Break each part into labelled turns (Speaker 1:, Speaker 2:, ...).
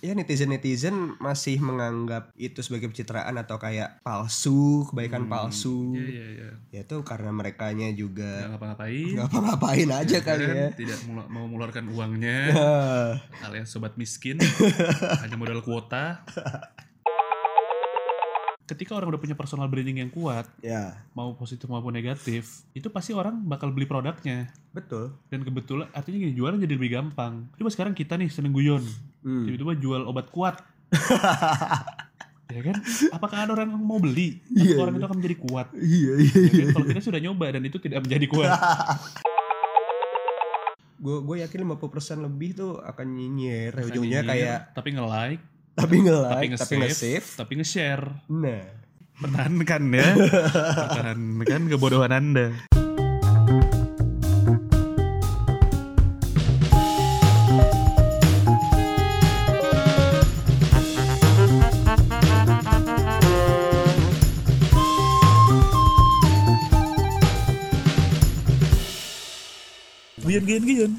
Speaker 1: ya netizen-netizen masih menganggap itu sebagai pencitraan atau kayak palsu, kebaikan palsu.
Speaker 2: Iya iya iya.
Speaker 1: Ya itu karena merekanya
Speaker 2: Nggak
Speaker 1: juga
Speaker 2: ngapa-ngapain.
Speaker 1: nggak apa-apain aja kali
Speaker 2: kan?
Speaker 1: ya.
Speaker 2: Tidak melu- mau mengeluarkan uangnya.
Speaker 1: Ah,
Speaker 2: Kalian sobat miskin, hanya modal kuota. Ketika orang udah punya personal branding yang kuat,
Speaker 1: ya,
Speaker 2: mau positif maupun negatif, itu pasti orang bakal beli produknya.
Speaker 1: betul.
Speaker 2: Dan kebetulan artinya gini, jualan jadi lebih gampang. Coba sekarang kita nih seneng guyon,
Speaker 1: Hmm.
Speaker 2: tiba-tiba jual obat kuat. ya kan? Apakah ada orang yang mau beli?
Speaker 1: Iya,
Speaker 2: Apakah orang
Speaker 1: iya.
Speaker 2: itu akan menjadi kuat?
Speaker 1: Iya iya
Speaker 2: Ya kan? Kalau kita sudah nyoba dan itu tidak menjadi kuat.
Speaker 1: Gue gue yakin 50% lebih tuh akan nyinyir. Ujungnya
Speaker 2: Nyinyir,
Speaker 1: kayak
Speaker 2: tapi nge-like,
Speaker 1: tapi
Speaker 2: tapi
Speaker 1: nge-like, tapi
Speaker 2: nge-save,
Speaker 1: nge-save.
Speaker 2: tapi nge-share.
Speaker 1: Nah,
Speaker 2: Pertahankan ya. Pertahankan kebodohan Anda. Gion, gion, gion.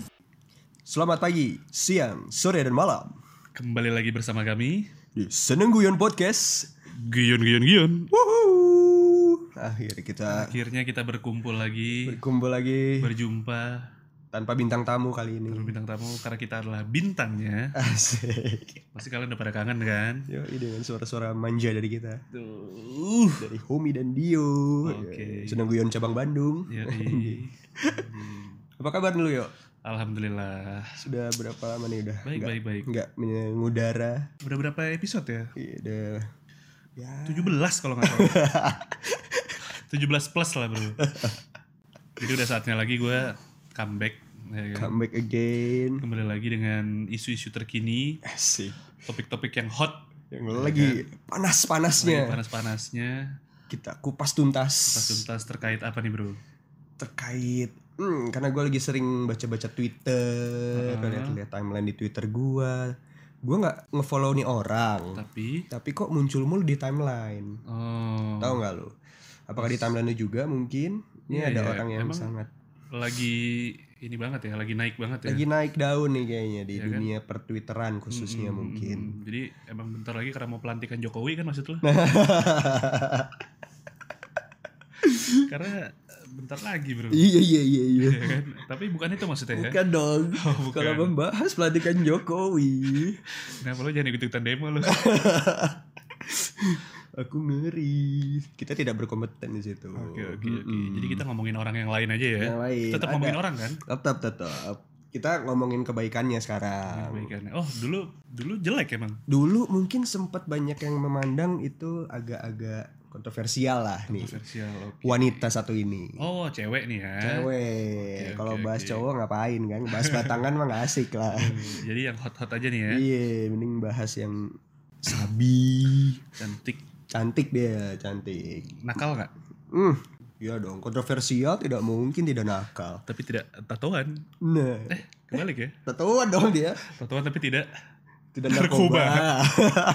Speaker 1: selamat pagi, siang, sore dan malam.
Speaker 2: Kembali lagi bersama kami,
Speaker 1: Di Seneng Guyon Podcast.
Speaker 2: Gion, gion, gion.
Speaker 1: Wuhuu. Akhirnya kita
Speaker 2: Akhirnya kita berkumpul lagi,
Speaker 1: Iya. berkumpul lagi
Speaker 2: berjumpa
Speaker 1: tanpa bintang tamu kali ini.
Speaker 2: Terus bintang tamu karena kita adalah bintangnya.
Speaker 1: Asik.
Speaker 2: Pasti kalian udah pada kangen kan?
Speaker 1: Yo, dengan suara-suara manja dari kita.
Speaker 2: Tuh.
Speaker 1: Dari Homi dan Dio.
Speaker 2: Oke.
Speaker 1: Seneng Guyon cabang Bandung.
Speaker 2: Ya,
Speaker 1: Apa kabar dulu yo?
Speaker 2: Alhamdulillah.
Speaker 1: Sudah berapa lama nih udah?
Speaker 2: Baik,
Speaker 1: nggak-
Speaker 2: baik, baik.
Speaker 1: nggak mengudara.
Speaker 2: Udah berapa episode ya?
Speaker 1: Iya, udah. Ya.
Speaker 2: 17 kalau nggak salah. 17 plus lah bro. Jadi udah saatnya lagi gue comeback. ya kan?
Speaker 1: Come back again.
Speaker 2: Kembali lagi dengan isu-isu terkini,
Speaker 1: Asik.
Speaker 2: topik-topik yang hot,
Speaker 1: Yang lagi
Speaker 2: Iya. lagi
Speaker 1: panas-panasnya.
Speaker 2: panas-panasnya,
Speaker 1: Kita kupas tuntas.
Speaker 2: pas tuntas terkait apa nih bro?
Speaker 1: terkait hmm, karena gue lagi sering baca-baca Twitter,
Speaker 2: Heeh.
Speaker 1: lihat-lihat timeline di Twitter gue. Gue nggak ngefollow nih orang,
Speaker 2: Tapi,
Speaker 1: tapi kok muncul mulu di timeline.
Speaker 2: oh,
Speaker 1: Tahu nggak lo? Apakah di timeline lu juga mungkin? Ini
Speaker 2: Iya,
Speaker 1: ada
Speaker 2: iya.
Speaker 1: orang yang
Speaker 2: Emang
Speaker 1: sangat
Speaker 2: lagi ini banget ya, lagi naik banget ya.
Speaker 1: lagi naik daun nih kayaknya di
Speaker 2: Iya kan?
Speaker 1: dunia pertwitteran khususnya
Speaker 2: Mm, mm,
Speaker 1: mungkin.
Speaker 2: mm, mm. Jadi emang bentar lagi karena mau pelantikan Jokowi kan maksud lo? karena eh, bentar lagi bro.
Speaker 1: iya iya iya iya.
Speaker 2: Ya kan? Tapi bukan itu maksudnya ya.
Speaker 1: Bukan dong.
Speaker 2: Oh, bukan.
Speaker 1: Kalau membahas pelantikan Jokowi,
Speaker 2: Kenapa lo jangan ikut-ikutan demo lo?
Speaker 1: aku ngeri. Kita tidak berkompeten di situ.
Speaker 2: Oke oke oke.
Speaker 1: Mm-mm. Iya,
Speaker 2: Jadi kita ngomongin orang yang lain aja ya.
Speaker 1: Yang lain.
Speaker 2: Tetap
Speaker 1: Ada.
Speaker 2: ngomongin orang kan?
Speaker 1: Tetap tetap. Kita ngomongin kebaikannya sekarang.
Speaker 2: Kebaikannya. Oh dulu dulu jelek emang.
Speaker 1: Dulu mungkin sempat banyak yang memandang itu agak-agak kontroversial lah nih.
Speaker 2: Kontroversial.
Speaker 1: Iya.
Speaker 2: oke.
Speaker 1: Wanita satu ini.
Speaker 2: Oh cewek nih ya.
Speaker 1: Cewek.
Speaker 2: Oke,
Speaker 1: Kalau
Speaker 2: oke,
Speaker 1: bahas
Speaker 2: oke.
Speaker 1: cowok ngapain kan? Bahas batangan mah gak asik lah.
Speaker 2: Hmm, Jadi yang hot-hot aja nih ya.
Speaker 1: Iya, mending bahas yang sabi.
Speaker 2: Cantik.
Speaker 1: Cantik dia, cantik.
Speaker 2: Nakal nggak?
Speaker 1: Hmm. Iya dong, kontroversial tidak mungkin tidak nakal.
Speaker 2: Tapi tidak tatoan.
Speaker 1: Nah,
Speaker 2: Kebalik ya.
Speaker 1: tatoan dong dia.
Speaker 2: Tatoan tapi tidak
Speaker 1: Tidak
Speaker 2: Narkoba.
Speaker 1: narkoba.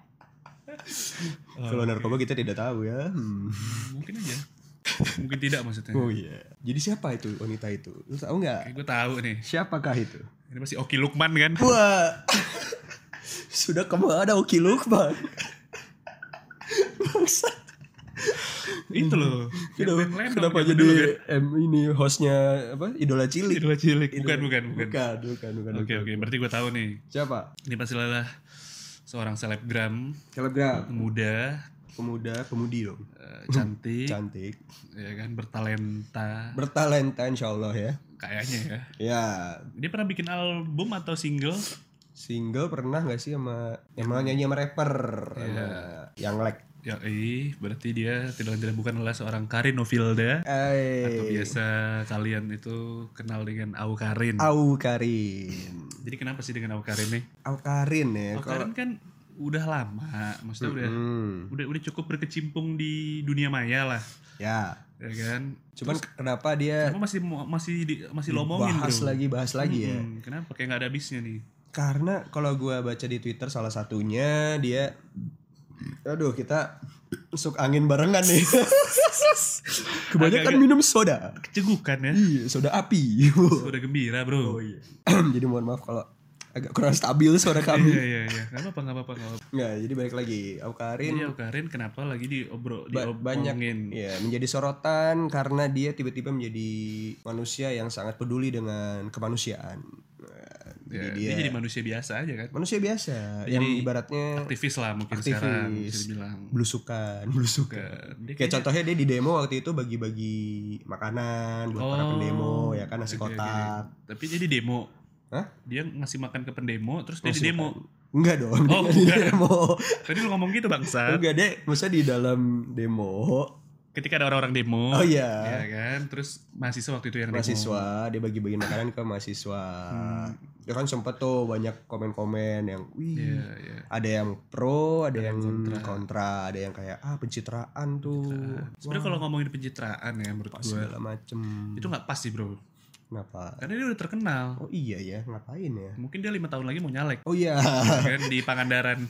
Speaker 1: Kalau narkoba kita tidak tahu ya. Hmm.
Speaker 2: Eh, mungkin aja mungkin tidak maksudnya
Speaker 1: Oh iya. Jadi siapa itu wanita itu? Lu tahu nggak?
Speaker 2: gue tahu nih
Speaker 1: Siapakah itu?
Speaker 2: ini pasti Oki Lukman kan
Speaker 1: Wah. Sudah kemana Oki Lukman? Bangsa.
Speaker 2: itu loh yang
Speaker 1: Kenapa,
Speaker 2: band Lenong
Speaker 1: kenapa ya?
Speaker 2: zaman
Speaker 1: jadi
Speaker 2: dulu
Speaker 1: em, ini hostnya apa? Idola
Speaker 2: kan?
Speaker 1: cilik.
Speaker 2: Idola cilik bukan
Speaker 1: Idola-
Speaker 2: bukan bukan
Speaker 1: Bukan, bukan, bukan.
Speaker 2: oke
Speaker 1: bukan.
Speaker 2: oke berarti gue tahu nih
Speaker 1: Siapa?
Speaker 2: ini pasti adalah seorang selebgram
Speaker 1: Selebgram,
Speaker 2: muda
Speaker 1: pemuda, pemudi dong.
Speaker 2: eh, cantik
Speaker 1: Cantik,
Speaker 2: ya kan bertalenta
Speaker 1: bertalenta insya Allah ya.
Speaker 2: kayaknya ya
Speaker 1: Ya,
Speaker 2: dia pernah bikin album atau single
Speaker 1: single pernah nggak sih sama emang nyanyi sama rapper?
Speaker 2: Iya.
Speaker 1: Sama yang like.
Speaker 2: ya eh berarti dia tidak tidak bukan adalah seorang Karin Novilda atau
Speaker 1: Eh,
Speaker 2: biasa kalian itu kenal dengan Au Karin
Speaker 1: Au Karin.
Speaker 2: jadi kenapa sih dengan Au Karin nih
Speaker 1: Au Karin ya. kalau-
Speaker 2: Kalau Karin kan udah lama, maksudnya udah
Speaker 1: Hmm,
Speaker 2: udah udah cukup berkecimpung di dunia maya lah,
Speaker 1: ya.
Speaker 2: ya kan?
Speaker 1: Cuman kenapa dia
Speaker 2: Kenapa masih mau- masih di- masih lomongin
Speaker 1: bahas Ya.
Speaker 2: bro?
Speaker 1: lagi bahas lagi ya?
Speaker 2: Hmm, Kenapa kayak nggak ada habisnya nih?
Speaker 1: Karena kalau gua baca di Twitter salah satunya dia aduh kita masuk angin barengan nih. Kebanyakan
Speaker 2: Agak-agak-
Speaker 1: minum soda.
Speaker 2: Kecegukan ya,
Speaker 1: Iya, soda api. Oh, iya.
Speaker 2: udah gembira bro.
Speaker 1: Jadi mohon maaf kalau agak kurang stabil suara kami.
Speaker 2: Iya iya iya. Gak apa-apa gak apa-apa. nggak apa-apa.
Speaker 1: Nggak, jadi balik lagi. Aukarin
Speaker 2: Jadi Aukarin kenapa lagi diobrol
Speaker 1: Ba- banyak
Speaker 2: diomongin?
Speaker 1: ya menjadi sorotan karena dia tiba-tiba menjadi manusia yang sangat peduli dengan kemanusiaan. Nah,
Speaker 2: Ya,
Speaker 1: jadi
Speaker 2: dia
Speaker 1: dia,
Speaker 2: jadi manusia biasa aja kan.
Speaker 1: manusia biasa yang ibaratnya
Speaker 2: Aktivis lah mungkin
Speaker 1: Aktivis.
Speaker 2: sekarang bisa dibilang.
Speaker 1: belusukan, belusukan.
Speaker 2: Ke- dia
Speaker 1: Kayak contohnya dia di demo waktu itu bagi-bagi makanan buat para
Speaker 2: Oh,
Speaker 1: pendemo ya kan nasi
Speaker 2: oke, oke, oke.
Speaker 1: kotak.
Speaker 2: Tapi jadi demo.
Speaker 1: Hah? Oh,
Speaker 2: Dia ngasih makan ke pendemo, terus dia
Speaker 1: Ngasih
Speaker 2: di demo.
Speaker 1: Enggak dong, dia
Speaker 2: Oh,
Speaker 1: nggak di
Speaker 2: bukan.
Speaker 1: demo.
Speaker 2: Tadi lu ngomong gitu bangsa.
Speaker 1: Enggak deh, maksudnya di dalam demo.
Speaker 2: Ketika ada orang-orang demo,
Speaker 1: Oh
Speaker 2: ya
Speaker 1: iya,
Speaker 2: kan. Terus mahasiswa waktu itu yang demo. Hmm.
Speaker 1: mahasiswa dia bagi-bagiin makanan ke mahasiswa. Ya kan sempet tuh banyak komen-komen yang wih
Speaker 2: Iya iya.
Speaker 1: ada yang pro, ada,
Speaker 2: Ada
Speaker 1: yang
Speaker 2: yang
Speaker 1: kontra.
Speaker 2: kontra.
Speaker 1: ada yang kayak ah pencitraan tuh.
Speaker 2: Sebenarnya kalau ngomongin pencitraan ya menurut
Speaker 1: Wah,
Speaker 2: gue
Speaker 1: segala macem.
Speaker 2: itu nggak pas sih bro.
Speaker 1: Kenapa?
Speaker 2: Karena dia udah terkenal.
Speaker 1: Oh iya ya, ngapain ya?
Speaker 2: Mungkin dia lima tahun lagi mau nyalek
Speaker 1: Oh iya,
Speaker 2: kan di Pangandaran.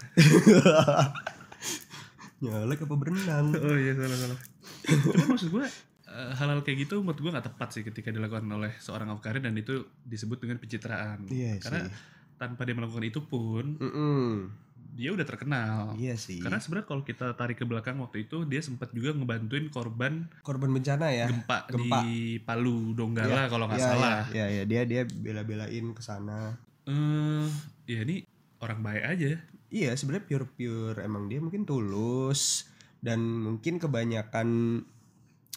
Speaker 1: nyalek apa berenang?
Speaker 2: Oh iya salah salah. Cuma maksud gue eh, hal-hal kayak gitu menurut gue nggak tepat sih ketika dilakukan oleh seorang Afkari dan itu disebut dengan pencitraan.
Speaker 1: Iya
Speaker 2: Karena
Speaker 1: sih.
Speaker 2: tanpa dia melakukan itu pun
Speaker 1: Mm-mm.
Speaker 2: dia udah terkenal.
Speaker 1: Iya sih.
Speaker 2: Karena sebenarnya kalau kita tarik ke belakang waktu itu dia sempat juga ngebantuin korban
Speaker 1: korban bencana ya.
Speaker 2: gempa,
Speaker 1: gempa. Iya.
Speaker 2: di Palu Donggala kalau nggak salah.
Speaker 1: Ya, ya, dia dia bela-belain ke sana.
Speaker 2: Eh, ya ini orang baik aja.
Speaker 1: Iya, sebenarnya pure-pure emang dia mungkin tulus dan mungkin kebanyakan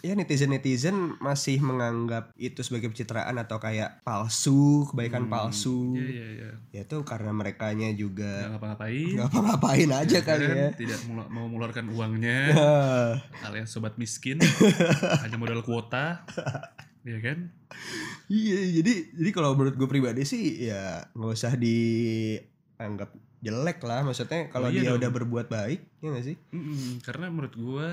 Speaker 1: ya netizen-netizen masih menganggap itu sebagai pencitraan atau kayak palsu, kebaikan
Speaker 2: Hmm,
Speaker 1: palsu.
Speaker 2: Iya iya iya.
Speaker 1: Ya itu karena merekanya
Speaker 2: Nggak
Speaker 1: juga
Speaker 2: ngapa-ngapain.
Speaker 1: nggak ngapa-ngapain aja
Speaker 2: ya
Speaker 1: kali
Speaker 2: Iya. kan? Iya.
Speaker 1: ya.
Speaker 2: Tidak melu- mau mengeluarkan uangnya.
Speaker 1: Ah,
Speaker 2: alias sobat miskin hanya modal kuota ya kan
Speaker 1: Iya, jadi jadi kalau menurut gue pribadi sih ya nggak usah dianggap jelek lah. Maksudnya kalau
Speaker 2: Oh, iya
Speaker 1: dia
Speaker 2: dong.
Speaker 1: udah berbuat baik, ya nggak sih?
Speaker 2: Mm-mm, karena menurut gua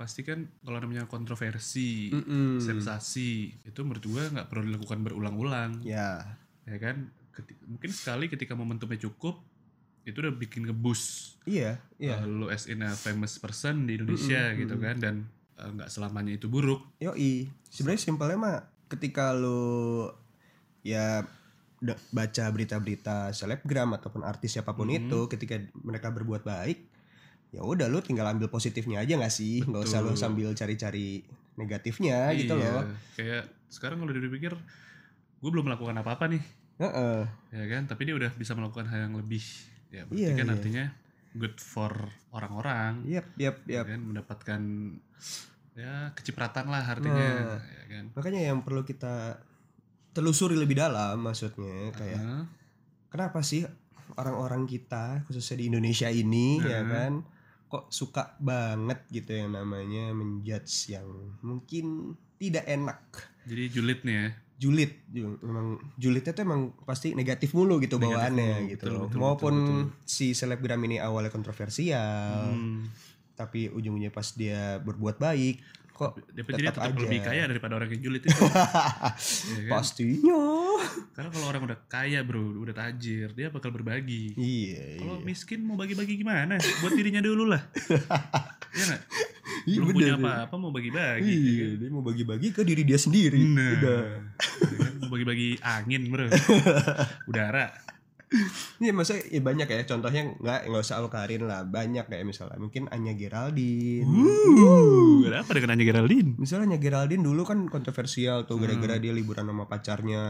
Speaker 2: pasti kan kalau namanya kontroversi
Speaker 1: Mm-mm.
Speaker 2: sensasi itu menurut gua nggak perlu dilakukan berulang-ulang
Speaker 1: Ya,
Speaker 2: ya kan Keti- mungkin sekali ketika momentumnya cukup itu udah bikin ngebus
Speaker 1: iya, iya.
Speaker 2: uh, lu as in a famous person di Indonesia
Speaker 1: Mm-mm,
Speaker 2: gitu
Speaker 1: mm-mm.
Speaker 2: kan dan uh, nggak selamanya itu buruk
Speaker 1: Yoi. Sebenarnya simpelnya mah ketika lu ya da- baca berita-berita selebgram ataupun artis siapapun
Speaker 2: Mhm.
Speaker 1: itu ketika mereka berbuat baik ya udah lu tinggal ambil positifnya aja nggak sih nggak usah lu
Speaker 2: Betul.
Speaker 1: sambil cari-cari negatifnya gitu
Speaker 2: Iya,
Speaker 1: loh
Speaker 2: kayak sekarang kalau dipikir gue belum melakukan apa-apa nih
Speaker 1: Heeh.
Speaker 2: ya kan tapi dia udah bisa melakukan hal yang lebih ya berarti
Speaker 1: Iya,
Speaker 2: kan
Speaker 1: iya.
Speaker 2: artinya good for orang-orang
Speaker 1: yap yap
Speaker 2: ya
Speaker 1: yap
Speaker 2: kan mendapatkan ya kecipratan lah artinya
Speaker 1: Nah.
Speaker 2: ya kan
Speaker 1: makanya yang perlu kita telusuri lebih dalam maksudnya kayak
Speaker 2: Heeh.
Speaker 1: kenapa sih orang-orang kita khususnya di Indonesia ini ya
Speaker 2: Hmm.
Speaker 1: kan kok suka banget gitu yang namanya menjudge yang mungkin tidak enak
Speaker 2: jadi julid nih ya
Speaker 1: julid ju- memang julidnya tuh emang pasti negatif mulu gitu
Speaker 2: Negatif
Speaker 1: bawaannya
Speaker 2: mulu,
Speaker 1: gitu
Speaker 2: betul,
Speaker 1: loh.
Speaker 2: betul, betul,
Speaker 1: maupun
Speaker 2: betul.
Speaker 1: si selebgram ini awalnya kontroversial
Speaker 2: Hmm.
Speaker 1: tapi ujungnya pas dia berbuat baik kok
Speaker 2: dia jadi
Speaker 1: tetap
Speaker 2: tetap
Speaker 1: aja.
Speaker 2: lebih kaya daripada orang yang julid itu ya kan?
Speaker 1: pastinya
Speaker 2: karena kalau orang udah kaya bro udah tajir dia bakal berbagi
Speaker 1: iya iya
Speaker 2: kalau miskin mau bagi-bagi gimana buat dirinya dulu lah ya nggak?
Speaker 1: Iya,
Speaker 2: belum
Speaker 1: bener.
Speaker 2: punya apa-apa mau bagi-bagi ya
Speaker 1: iya
Speaker 2: kan?
Speaker 1: dia mau bagi-bagi ke diri dia sendiri
Speaker 2: Nah,
Speaker 1: udah
Speaker 2: ya kan, mau bagi-bagi angin bro, udara.
Speaker 1: Iya maksudnya ya banyak ya contohnya nggak nggak usah Alkarin lah banyak kayak misalnya mungkin Anya Geraldine.
Speaker 2: Uh, ada apa dengan Anya Geraldine?
Speaker 1: Misalnya Anya Geraldine dulu kan kontroversial tuh
Speaker 2: Hmm.
Speaker 1: gara-gara dia liburan sama pacarnya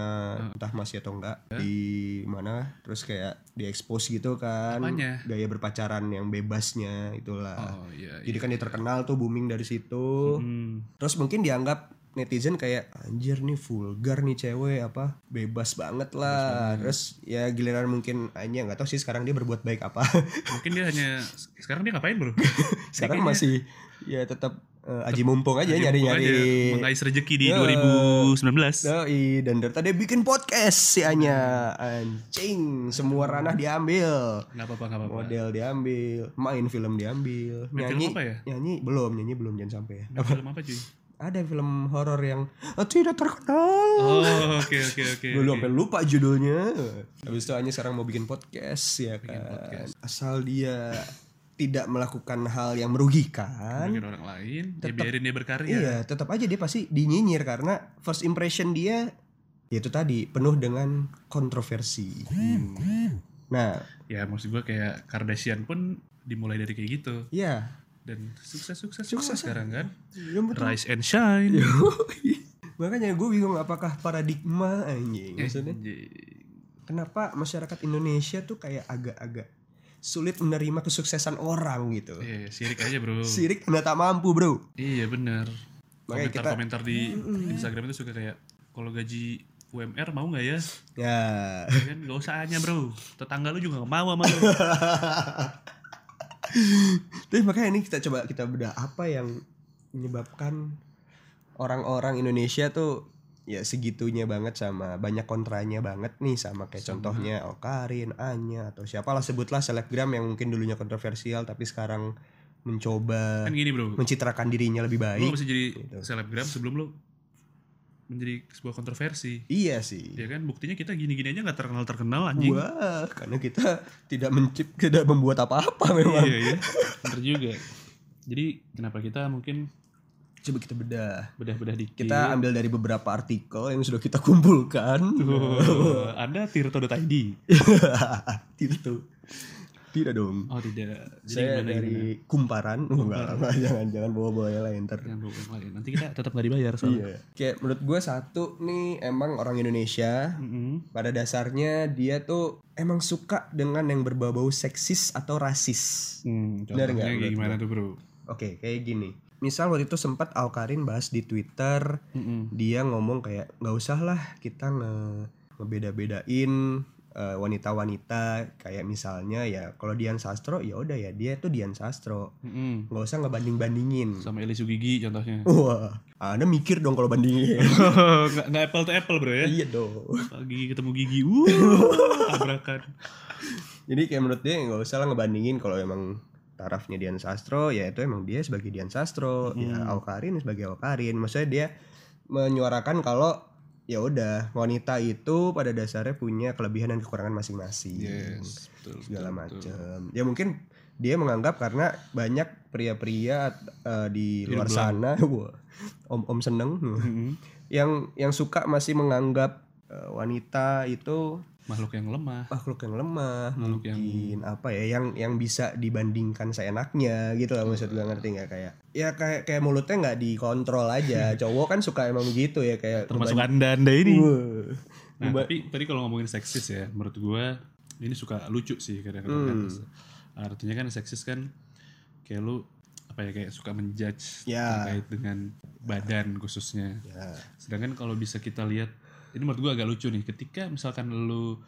Speaker 1: entah masih atau enggak
Speaker 2: Ya.
Speaker 1: di mana terus kayak diekspos gitu kan
Speaker 2: Apanya?
Speaker 1: gaya berpacaran yang bebasnya itulah.
Speaker 2: Oh iya.
Speaker 1: Jadi
Speaker 2: iya.
Speaker 1: kan dia terkenal tuh booming dari situ.
Speaker 2: Hmm,
Speaker 1: Terus mungkin dianggap netizen kayak anjir nih vulgar nih cewek apa bebas banget lah terus ya giliran mungkin Anya nggak tahu sih sekarang dia berbuat baik apa
Speaker 2: mungkin dia hanya sekarang dia ngapain bro?
Speaker 1: sekarang
Speaker 2: Kayaknya
Speaker 1: masih ya tetap eh, aji mumpung aja
Speaker 2: Dia
Speaker 1: nyari
Speaker 2: Iya. mumpung
Speaker 1: nyari
Speaker 2: aja mengais rezeki di
Speaker 1: Ya. Nah.
Speaker 2: 2019.
Speaker 1: Doi, dan dari tadi bikin podcast si Anya Anjing, semua ranah diambil
Speaker 2: Gak apa-apa, gak apa-apa.
Speaker 1: Model diambil, main film diambil
Speaker 2: Main
Speaker 1: Nyanyi,
Speaker 2: film apa ya?
Speaker 1: nyanyi belum, nyanyi belum, jangan sampai ya
Speaker 2: Main Film apa cuy?
Speaker 1: Ada film horor yang "Ah, tidak terkenal
Speaker 2: Oh oke oke oke.
Speaker 1: Gue
Speaker 2: oke.
Speaker 1: sampai lupa judulnya Habis itu Anya sekarang mau bikin podcast ya
Speaker 2: Bikin
Speaker 1: kan
Speaker 2: podcast.
Speaker 1: Asal dia tidak melakukan hal yang merugikan iya,
Speaker 2: Mungkin orang lain, ya
Speaker 1: Tetep-
Speaker 2: biarin dia berkarya.
Speaker 1: Iya, tetap aja dia pasti dinyinyir karena first impression dia yaitu tadi penuh dengan kontroversi. Nah,
Speaker 2: ya maksud gue kayak Kardashian pun dimulai dari kayak gitu
Speaker 1: ya
Speaker 2: dan sukses sukses
Speaker 1: Sukses.
Speaker 2: sukses sekarang kan
Speaker 1: ya betul. Iya,
Speaker 2: rise and shine
Speaker 1: Makanya gue bingung apakah paradigma anjing maksudnya
Speaker 2: Eh, Anjing.
Speaker 1: kenapa masyarakat Indonesia tuh kayak agak-agak sulit menerima kesuksesan orang gitu.
Speaker 2: Iya, sirik aja bro
Speaker 1: Sirik anda tak mampu bro.
Speaker 2: iya bener
Speaker 1: Makanya kita-
Speaker 2: komentar-komentar di Instagram itu suka kayak kalau gaji UMR mau nggak ya?
Speaker 1: Ya.
Speaker 2: Kan gak usah aja bro. Tetangga lu juga gak mau sama lu.
Speaker 1: Tapi makanya ini kita coba kita bedah apa yang menyebabkan orang-orang Indonesia tuh ya segitunya banget sama banyak kontranya banget nih sama kayak contohnya Okarin, Anya atau siapalah sebutlah selebgram yang mungkin dulunya kontroversial tapi sekarang mencoba
Speaker 2: Kan gini bro.
Speaker 1: mencitrakan dirinya lebih
Speaker 2: Lu
Speaker 1: baik.
Speaker 2: gak bisa jadi
Speaker 1: Gitu.
Speaker 2: selebgram sebelum lu menjadi sebuah kontroversi.
Speaker 1: Iya sih.
Speaker 2: Ya kan buktinya kita gini-gini aja gak terkenal-terkenal anjing.
Speaker 1: Wah, karena kita tidak mencip, tidak membuat apa-apa memang.
Speaker 2: Iya iya. Bener juga. Jadi kenapa kita mungkin
Speaker 1: Coba kita bedah.
Speaker 2: bedah-bedah dikit.
Speaker 1: Kita ambil dari beberapa artikel yang sudah kita kumpulkan.
Speaker 2: Tuh, Anda tirto.id.
Speaker 1: Itu. Tidak dong.
Speaker 2: Oh tidak. Jadi
Speaker 1: Saya
Speaker 2: gimana gimana? Iya,
Speaker 1: dari kumparan. Enggak, enggak, jangan jangan bawa-bawa yang lain ntar.
Speaker 2: Jangan bawa yang lain. Nanti kita tetap gak dibayar soalnya.
Speaker 1: Iya. Kayak menurut gue satu nih emang orang Indonesia
Speaker 2: Mm-mm.
Speaker 1: pada dasarnya dia tuh emang suka dengan yang berbau-bau seksis atau rasis.
Speaker 2: Hmm,
Speaker 1: Bener
Speaker 2: contohnya
Speaker 1: nggak
Speaker 2: kayak
Speaker 1: menurut
Speaker 2: gimana tuh bro?
Speaker 1: Oke, kayak gini. Misal waktu itu sempat Alkarin bahas di Twitter,
Speaker 2: Mm-mm.
Speaker 1: dia ngomong kayak nggak usah lah kita nge ngebeda-bedain eh, wanita-wanita kayak misalnya ya kalau Dian Sastro ya udah ya dia tuh Dian Sastro
Speaker 2: Mm-mm.
Speaker 1: nggak usah ngebanding-bandingin
Speaker 2: Sama Eli Sugigi contohnya.
Speaker 1: wah anda mikir dong kalau bandingin
Speaker 2: nggak nggak apple to apple bro ya.
Speaker 1: iya dong
Speaker 2: Gigi ketemu gigi, uh, tabrakan.
Speaker 1: jadi kayak menurut dia nggak usah lah ngebandingin kalau emang tarafnya Dian Sastro ya itu emang dia sebagai Dian Sastro ya
Speaker 2: Hmm.
Speaker 1: Aukarin sebagai Aukarin maksudnya dia menyuarakan kalau ya udah wanita itu pada dasarnya punya kelebihan dan kekurangan masing-masing
Speaker 2: betul,
Speaker 1: segala
Speaker 2: betul, betul.
Speaker 1: macam ya mungkin dia menganggap karena banyak pria-pria eh, di
Speaker 2: Di Hmm.
Speaker 1: luar
Speaker 2: luar.
Speaker 1: sana wah, om-om seneng
Speaker 2: Mm-mm.
Speaker 1: yang yang suka masih menganggap eh, wanita itu
Speaker 2: Makhluk yang lemah.
Speaker 1: makhluk yang lemah
Speaker 2: Makhluk yang-
Speaker 1: mungkin apa ya yang yang bisa dibandingkan seenaknya gitu lah maksud gue ngerti nggak kayak ya kayak kayak mulutnya nggak dikontrol aja cowok kan suka emang gitu ya kayak
Speaker 2: Termasuk anda anda ini.
Speaker 1: Wah.
Speaker 2: Nah,
Speaker 1: Ngeband-
Speaker 2: tapi tadi kalau ngomongin seksis ya, menurut gua ini suka lucu sih kadang-kadang.
Speaker 1: Hmm.
Speaker 2: kan. Artinya kan seksis kan kayak lu apa ya kayak suka menjudge
Speaker 1: Ya.
Speaker 2: terkait dengan badan khususnya.
Speaker 1: ya,
Speaker 2: Sedangkan kalau bisa kita lihat, ini menurut gue agak lucu nih. Ketika misalkan lu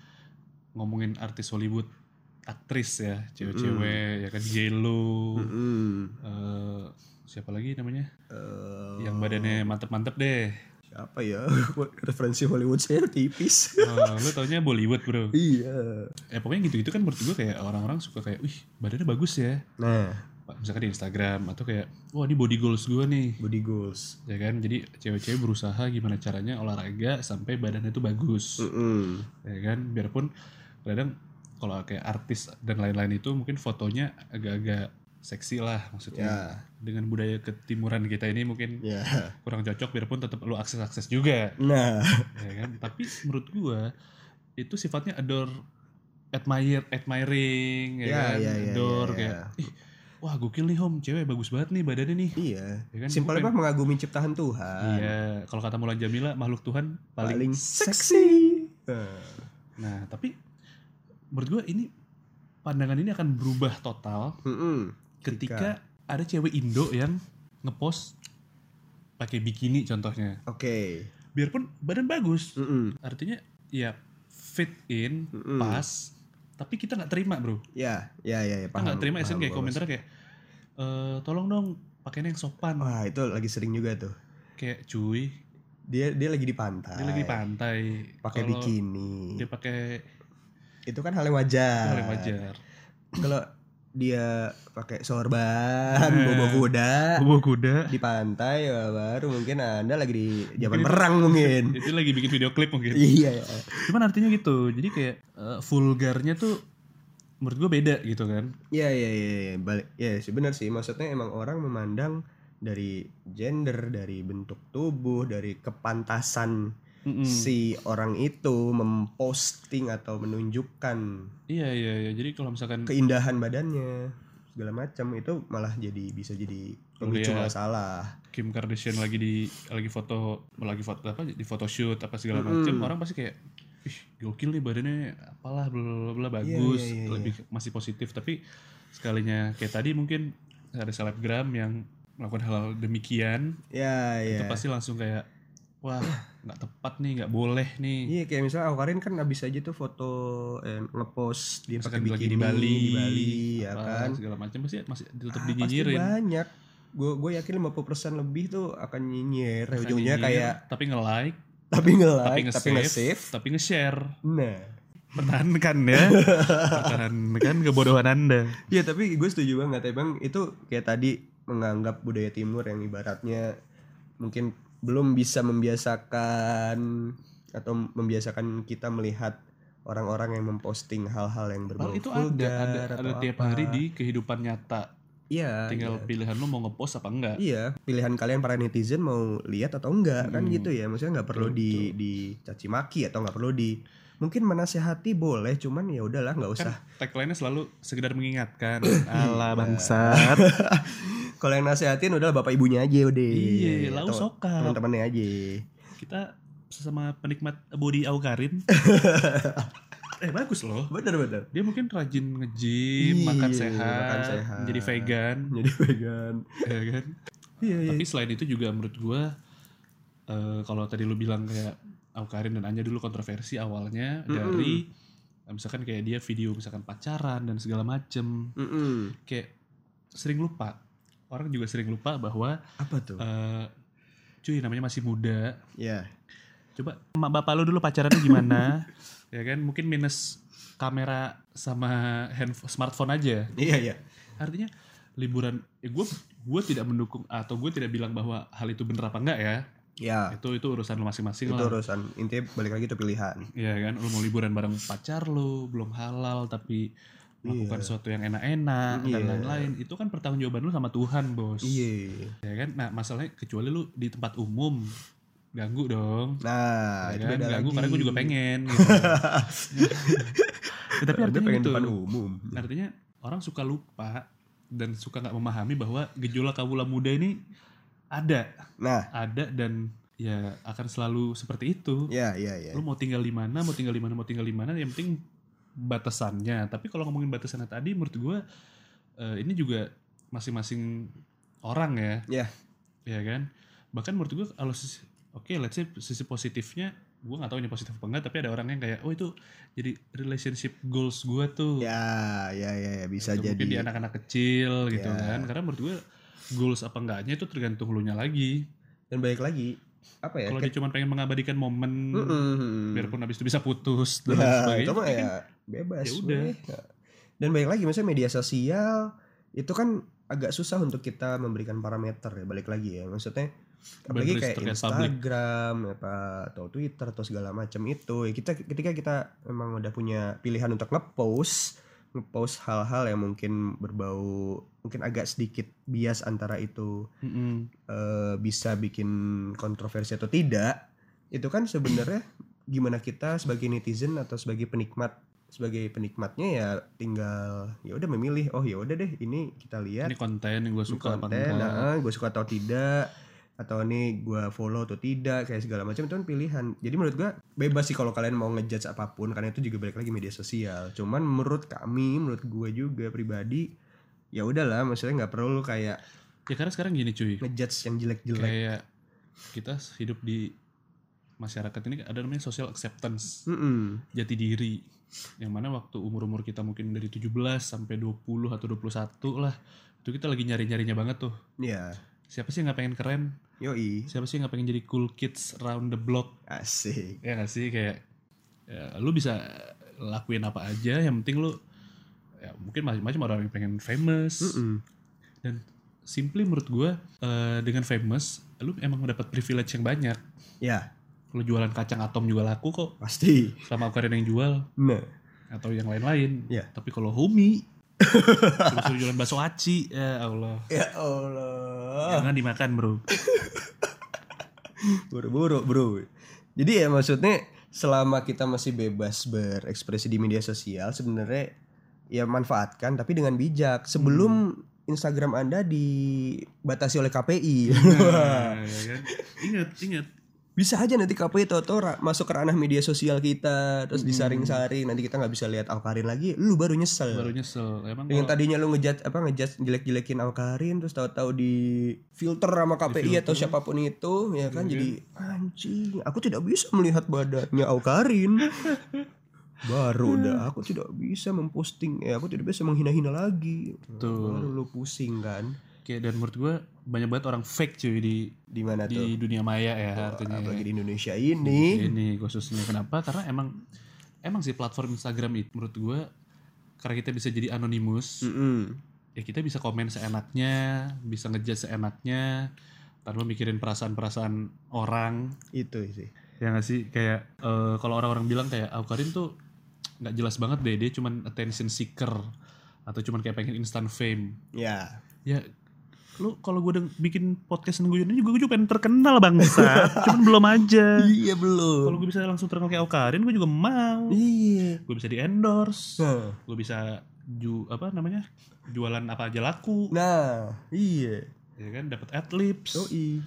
Speaker 2: ngomongin artis Hollywood, aktris ya,
Speaker 1: Hmm.
Speaker 2: cewek-cewek, ya kan Yellow,
Speaker 1: Mm-mm.
Speaker 2: eh, siapa lagi namanya?
Speaker 1: Eh,
Speaker 2: Yang badannya mantep-mantep deh.
Speaker 1: apa ya referensi Hollywood saya tipis
Speaker 2: Eh, lu taunya Bollywood bro.
Speaker 1: iya
Speaker 2: Eh pokoknya gitu-gitu kan menurut gue kayak orang-orang suka kayak, wih badannya bagus ya.
Speaker 1: nah
Speaker 2: Misalkan di Instagram atau kayak, wah ini body goals gue nih.
Speaker 1: body goals
Speaker 2: Ya kan, jadi cewek-cewek berusaha gimana caranya olahraga sampai badannya tuh bagus.
Speaker 1: Mm-mm.
Speaker 2: ya kan biarpun kadang kalau kayak artis dan lain-lain itu mungkin fotonya agak-agak seksi lah maksudnya
Speaker 1: ya
Speaker 2: dengan budaya ketimuran kita ini mungkin
Speaker 1: ya
Speaker 2: kurang cocok biarpun tetap lu akses akses juga
Speaker 1: nah
Speaker 2: ya kan tapi menurut gua itu sifatnya adore admire admiring ya,
Speaker 1: Ya,
Speaker 2: kan
Speaker 1: ya, ya,
Speaker 2: adore
Speaker 1: ya,
Speaker 2: kayak "Ih, wah gokil nih hom cewek bagus banget nih badannya nih
Speaker 1: iya
Speaker 2: ya kan gua
Speaker 1: simpelnya
Speaker 2: pengen-
Speaker 1: mah mengagumi ciptaan Tuhan
Speaker 2: iya kalau kata Mulan Jamila makhluk Tuhan paling
Speaker 1: paling, seksi Eh.
Speaker 2: Nah, tapi menurut gue ini pandangan ini akan berubah total
Speaker 1: Mm-mm.
Speaker 2: ketika ada cewek Indo yang ngepost pakai bikini contohnya.
Speaker 1: Oke.
Speaker 2: Biarpun badan bagus,
Speaker 1: Mm-mm.
Speaker 2: artinya ya fit in,
Speaker 1: Mm-mm.
Speaker 2: pas, tapi kita nggak terima, Bro.
Speaker 1: Ya, ya, ya, ya
Speaker 2: Kita nggak terima SN kayak
Speaker 1: paham,
Speaker 2: komentar kayak "Eh, tolong dong pakainya yang sopan.
Speaker 1: Bos. Wah, itu lagi sering juga tuh.
Speaker 2: Kayak cuy,
Speaker 1: Dia dia lagi di pantai.
Speaker 2: dia lagi di pantai.
Speaker 1: Pakai
Speaker 2: Kalau
Speaker 1: bikini.
Speaker 2: Dia pakai
Speaker 1: Itu kan hal yang wajar.
Speaker 2: hal yang wajar.
Speaker 1: Kalau dia pakai sorban,
Speaker 2: Nah.
Speaker 1: bobo kuda
Speaker 2: Bobo kuda.
Speaker 1: di pantai ya baru mungkin Anda lagi di zaman
Speaker 2: Mungkin itu-
Speaker 1: perang mungkin.
Speaker 2: Itu lagi bikin video klip mungkin.
Speaker 1: iya.
Speaker 2: cuman artinya gitu jadi kayak eh, vulgarnya tuh menurut gue beda gitu kan
Speaker 1: Iya, iya, iya, iya. Balik. Ya, sih benar sih. Maksudnya emang orang memandang dari gender, dari bentuk tubuh, dari kepantasan
Speaker 2: Mm-mm.
Speaker 1: si orang itu memposting atau menunjukkan
Speaker 2: Iya iya iya. Jadi kalau misalkan
Speaker 1: keindahan badannya segala macam itu malah jadi bisa jadi pemicu
Speaker 2: Lihat.
Speaker 1: masalah.
Speaker 2: Kim Kardashian lagi di lagi foto lagi foto apa di photoshoot apa segala
Speaker 1: Mm-mm.
Speaker 2: macam orang pasti kayak ih gokil nih badannya apalah bla bla bla, bla
Speaker 1: Iya,
Speaker 2: bagus
Speaker 1: iya, iya,
Speaker 2: lebih masih positif tapi sekalinya kayak tadi mungkin ada selebgram yang melakukan hal, -hal demikian
Speaker 1: Ya
Speaker 2: itu
Speaker 1: ya.
Speaker 2: pasti langsung kayak wah nggak tepat nih nggak boleh nih
Speaker 1: Iya kayak misalnya aku Karin kan abis aja tuh foto eh, ngepost dia pakai
Speaker 2: misalkan
Speaker 1: bikini
Speaker 2: lagi di Bali
Speaker 1: di Bali ya
Speaker 2: apa,
Speaker 1: kan.
Speaker 2: segala macam pasti masih ditutup
Speaker 1: Ah,
Speaker 2: dinyinyirin
Speaker 1: Pasti banyak. Gue gue yakin 50% lebih tuh akan nyinyir.
Speaker 2: Akan
Speaker 1: Ujungnya
Speaker 2: nyinyir,
Speaker 1: kayak
Speaker 2: tapi nge-like
Speaker 1: tapi
Speaker 2: tapi
Speaker 1: nge-like, tapi
Speaker 2: nge-save
Speaker 1: nge-save.
Speaker 2: tapi nge-share
Speaker 1: Nah.
Speaker 2: pertahankan ya pertahankan kebodohan anda
Speaker 1: Iya tapi gue setuju banget emang itu kayak tadi menganggap budaya timur yang ibaratnya mungkin belum bisa membiasakan atau membiasakan kita melihat orang-orang yang memposting hal-hal yang berbau
Speaker 2: Padahal Oh, itu ada ada,
Speaker 1: vulgar
Speaker 2: ada
Speaker 1: atau
Speaker 2: tiap
Speaker 1: apa.
Speaker 2: hari di kehidupan nyata
Speaker 1: iya
Speaker 2: tinggal
Speaker 1: iya.
Speaker 2: pilihan lu mau ngepost apa enggak
Speaker 1: Iya, pilihan kalian para netizen mau lihat atau enggak kan
Speaker 2: Hmm.
Speaker 1: gitu ya. Maksudnya nggak perlu
Speaker 2: Betul,
Speaker 1: di dicaci maki atau nggak perlu di mungkin menasehati boleh, cuman ya udahlah
Speaker 2: Kan
Speaker 1: nggak usah.
Speaker 2: tagline-nya selalu sekedar mengingatkan ala bangsa
Speaker 1: Kalau yang nasehatin udah bapak ibunya aja udah.
Speaker 2: iya lau
Speaker 1: Atau
Speaker 2: sokap
Speaker 1: Teman-temannya aja.
Speaker 2: kita sesama penikmat body aukarin eh bagus loh
Speaker 1: Bener bener.
Speaker 2: dia mungkin rajin nge-gym, makan
Speaker 1: Iya,
Speaker 2: sehat,
Speaker 1: makan sehat.
Speaker 2: jadi vegan,
Speaker 1: Jadi vegan.
Speaker 2: ya kan?
Speaker 1: Iya iya.
Speaker 2: Tapi selain itu juga menurut gua eh, kalau tadi lu bilang kayak Aukarin dan Anya dulu kontroversi awalnya
Speaker 1: Mm-mm.
Speaker 2: dari eh, misalkan kayak dia video misalkan pacaran dan segala macem
Speaker 1: Mm-mm.
Speaker 2: kayak sering lupa orang juga sering lupa bahwa
Speaker 1: Apa tuh?
Speaker 2: eh, cuy namanya masih muda
Speaker 1: Ya.
Speaker 2: coba emak bapak lu dulu pacarannya gimana ya kan mungkin minus kamera sama handphone smartphone aja
Speaker 1: Iya iya.
Speaker 2: artinya liburan gue gue tidak mendukung atau gue tidak bilang bahwa hal itu bener apa enggak ya
Speaker 1: Ya.
Speaker 2: itu itu urusan lu masing-masing
Speaker 1: Itu
Speaker 2: lah
Speaker 1: urusan intinya balik lagi itu pilihan.
Speaker 2: Iya kan lu mau liburan bareng pacar lu belum halal tapi
Speaker 1: Iya.
Speaker 2: melakukan sesuatu yang enak-enak dan
Speaker 1: Iya.
Speaker 2: lain-lain itu kan pertanggungjawaban lu sama Tuhan bos
Speaker 1: Iya.
Speaker 2: ya kan nah masalahnya kecuali lu di tempat umum ganggu dong
Speaker 1: Nah,
Speaker 2: ya
Speaker 1: itu
Speaker 2: kan?
Speaker 1: beda
Speaker 2: ganggu
Speaker 1: lagi.
Speaker 2: karena gue juga pengen gitu. Ya, tapi
Speaker 1: Dia
Speaker 2: artinya
Speaker 1: pengen
Speaker 2: gitu.
Speaker 1: depan umum.
Speaker 2: artinya orang suka lupa dan suka nggak memahami bahwa gejolak kawula muda ini ada
Speaker 1: Nah,
Speaker 2: ada dan ya akan selalu seperti itu
Speaker 1: ya ya ya.
Speaker 2: lu mau tinggal di mana mau tinggal di mana mau tinggal di mana yang penting batasannya tapi kalau ngomongin batasannya tadi menurut gua eh, ini juga masing-masing orang ya
Speaker 1: Iya.
Speaker 2: ya kan bahkan menurut gua kalau sisi- oke let's say sisi positifnya gua nggak tahu ini positif apa enggak tapi ada orang yang kayak oh itu jadi relationship goals gua tuh
Speaker 1: Ya, ya, ya, ya, bisa
Speaker 2: Atau
Speaker 1: jadi.
Speaker 2: mungkin di anak-anak kecil gitu
Speaker 1: Ya.
Speaker 2: kan karena menurut gua goals apa enggaknya itu tergantung lu nya lagi
Speaker 1: Dan balik lagi, apa ya?
Speaker 2: kalau
Speaker 1: ke-
Speaker 2: dia cuma pengen mengabadikan momen
Speaker 1: Mm-mm.
Speaker 2: biarpun habis itu bisa putus dan lain
Speaker 1: Nah,
Speaker 2: sebagainya
Speaker 1: itu mah
Speaker 2: tapi kan
Speaker 1: ya bebas.
Speaker 2: ya udah.
Speaker 1: weh. Dan balik lagi, misalnya media sosial itu kan agak susah untuk kita memberikan parameter ya balik lagi ya maksudnya apalagi
Speaker 2: Bener,
Speaker 1: kayak
Speaker 2: terkait publik.
Speaker 1: Instagram ya apa atau Twitter atau segala macam itu ya kita ketika kita memang udah punya pilihan untuk ngepost ngepost hal-hal yang mungkin berbau mungkin agak sedikit bias antara itu
Speaker 2: Mm-mm.
Speaker 1: eh, bisa bikin kontroversi atau tidak itu kan sebenarnya gimana kita sebagai netizen atau sebagai penikmat sebagai penikmatnya ya tinggal ya udah memilih oh ya udah deh ini kita lihat
Speaker 2: ini konten yang gue
Speaker 1: Ya. ini
Speaker 2: suka apa
Speaker 1: konten
Speaker 2: enggak
Speaker 1: gue suka atau tidak atau ini gue follow atau tidak kayak segala macam itu kan pilihan jadi menurut gue bebas sih kalau kalian mau ngejudge apapun karena itu juga balik lagi media sosial cuman menurut kami menurut gue juga pribadi ya udahlah maksudnya nggak perlu kayak
Speaker 2: ya karena sekarang gini cuy
Speaker 1: ngejudge yang jelek-jelek
Speaker 2: kayak kita hidup di masyarakat ini ada namanya social acceptance
Speaker 1: Mm-mm.
Speaker 2: jati diri yang mana waktu umur-umur kita mungkin dari 17 sampai 20 atau 21 lah itu kita lagi nyari-nyarinya banget tuh
Speaker 1: Iya,
Speaker 2: siapa sih yang nggak pengen keren
Speaker 1: yoi,
Speaker 2: siapa sih yang nggak pengen jadi cool kids round the block
Speaker 1: asik.
Speaker 2: ya nggak sih kayak ya, lu bisa lakuin apa aja yang penting lu ya, mungkin macam-macam ada orang yang pengen famous
Speaker 1: Mm-mm.
Speaker 2: simply menurut gue dengan famous lu emang dapat privilege yang banyak
Speaker 1: Ya,
Speaker 2: lu jualan kacang atom juga laku kok
Speaker 1: pasti.
Speaker 2: selama Aukarin yang jual
Speaker 1: Nah,
Speaker 2: atau yang lain-lain
Speaker 1: Iya.
Speaker 2: tapi kalau homi suruh jualan bakso aci ya Allah
Speaker 1: ya Allah.
Speaker 2: jangan dimakan bro
Speaker 1: Buru-buru, bro. Jadi ya maksudnya selama kita masih bebas berekspresi di media sosial sebenarnya ya manfaatkan tapi dengan bijak. Sebelum Instagram Anda dibatasi oleh KPI.
Speaker 2: Nah, ya kan? Ingat, ingat.
Speaker 1: bisa aja nanti KPI toto ra- masuk ke ranah media sosial kita terus disaring-saring nanti kita nggak bisa lihat Alkarin lagi lu baru nyesel
Speaker 2: Baru nyesel. Emang
Speaker 1: yang
Speaker 2: kalau
Speaker 1: tadinya lu ngejat apa ngejat jelek-jelekin Alkarin terus tahu-tahu di filter sama KPI atau siapapun itu ya kan jadi anjing aku tidak bisa melihat badannya Alkarin baru udah aku tidak bisa memposting ya aku tidak bisa menghina-hina lagi
Speaker 2: Betul.
Speaker 1: baru lu pusing kan
Speaker 2: kayak dan menurut gue banyak banget orang fake cuy di
Speaker 1: di mana
Speaker 2: di
Speaker 1: Iya, tuh
Speaker 2: dunia maya ya artinya.
Speaker 1: apalagi di Indonesia
Speaker 2: Ya,
Speaker 1: ini
Speaker 2: Ini khususnya kenapa? Karena emang emang sih platform Instagram itu menurut gue karena kita bisa jadi anonimus,
Speaker 1: Mm-mm.
Speaker 2: ya kita bisa komen seenaknya, bisa ngejudge seenaknya tanpa mikirin perasaan-perasaan orang.
Speaker 1: itu sih
Speaker 2: Ya nggak sih kayak eh, kalau orang-orang bilang kayak Aukarin tuh nggak jelas banget deh dia cuman attention seeker atau cuman kayak pengen instant fame.
Speaker 1: ya
Speaker 2: Ya lu kalau gue bikin podcast nungguin ini gue juga pengen terkenal bangsa, cuman belum aja.
Speaker 1: iya belum
Speaker 2: Kalau gue bisa langsung terkenal kayak Aukarin gue juga mau.
Speaker 1: iya
Speaker 2: Gue bisa di endorse,
Speaker 1: Nah,
Speaker 2: gue bisa ju apa namanya jualan apa aja laku,
Speaker 1: nah iya
Speaker 2: ya kan dapat adlibs.
Speaker 1: Yoi.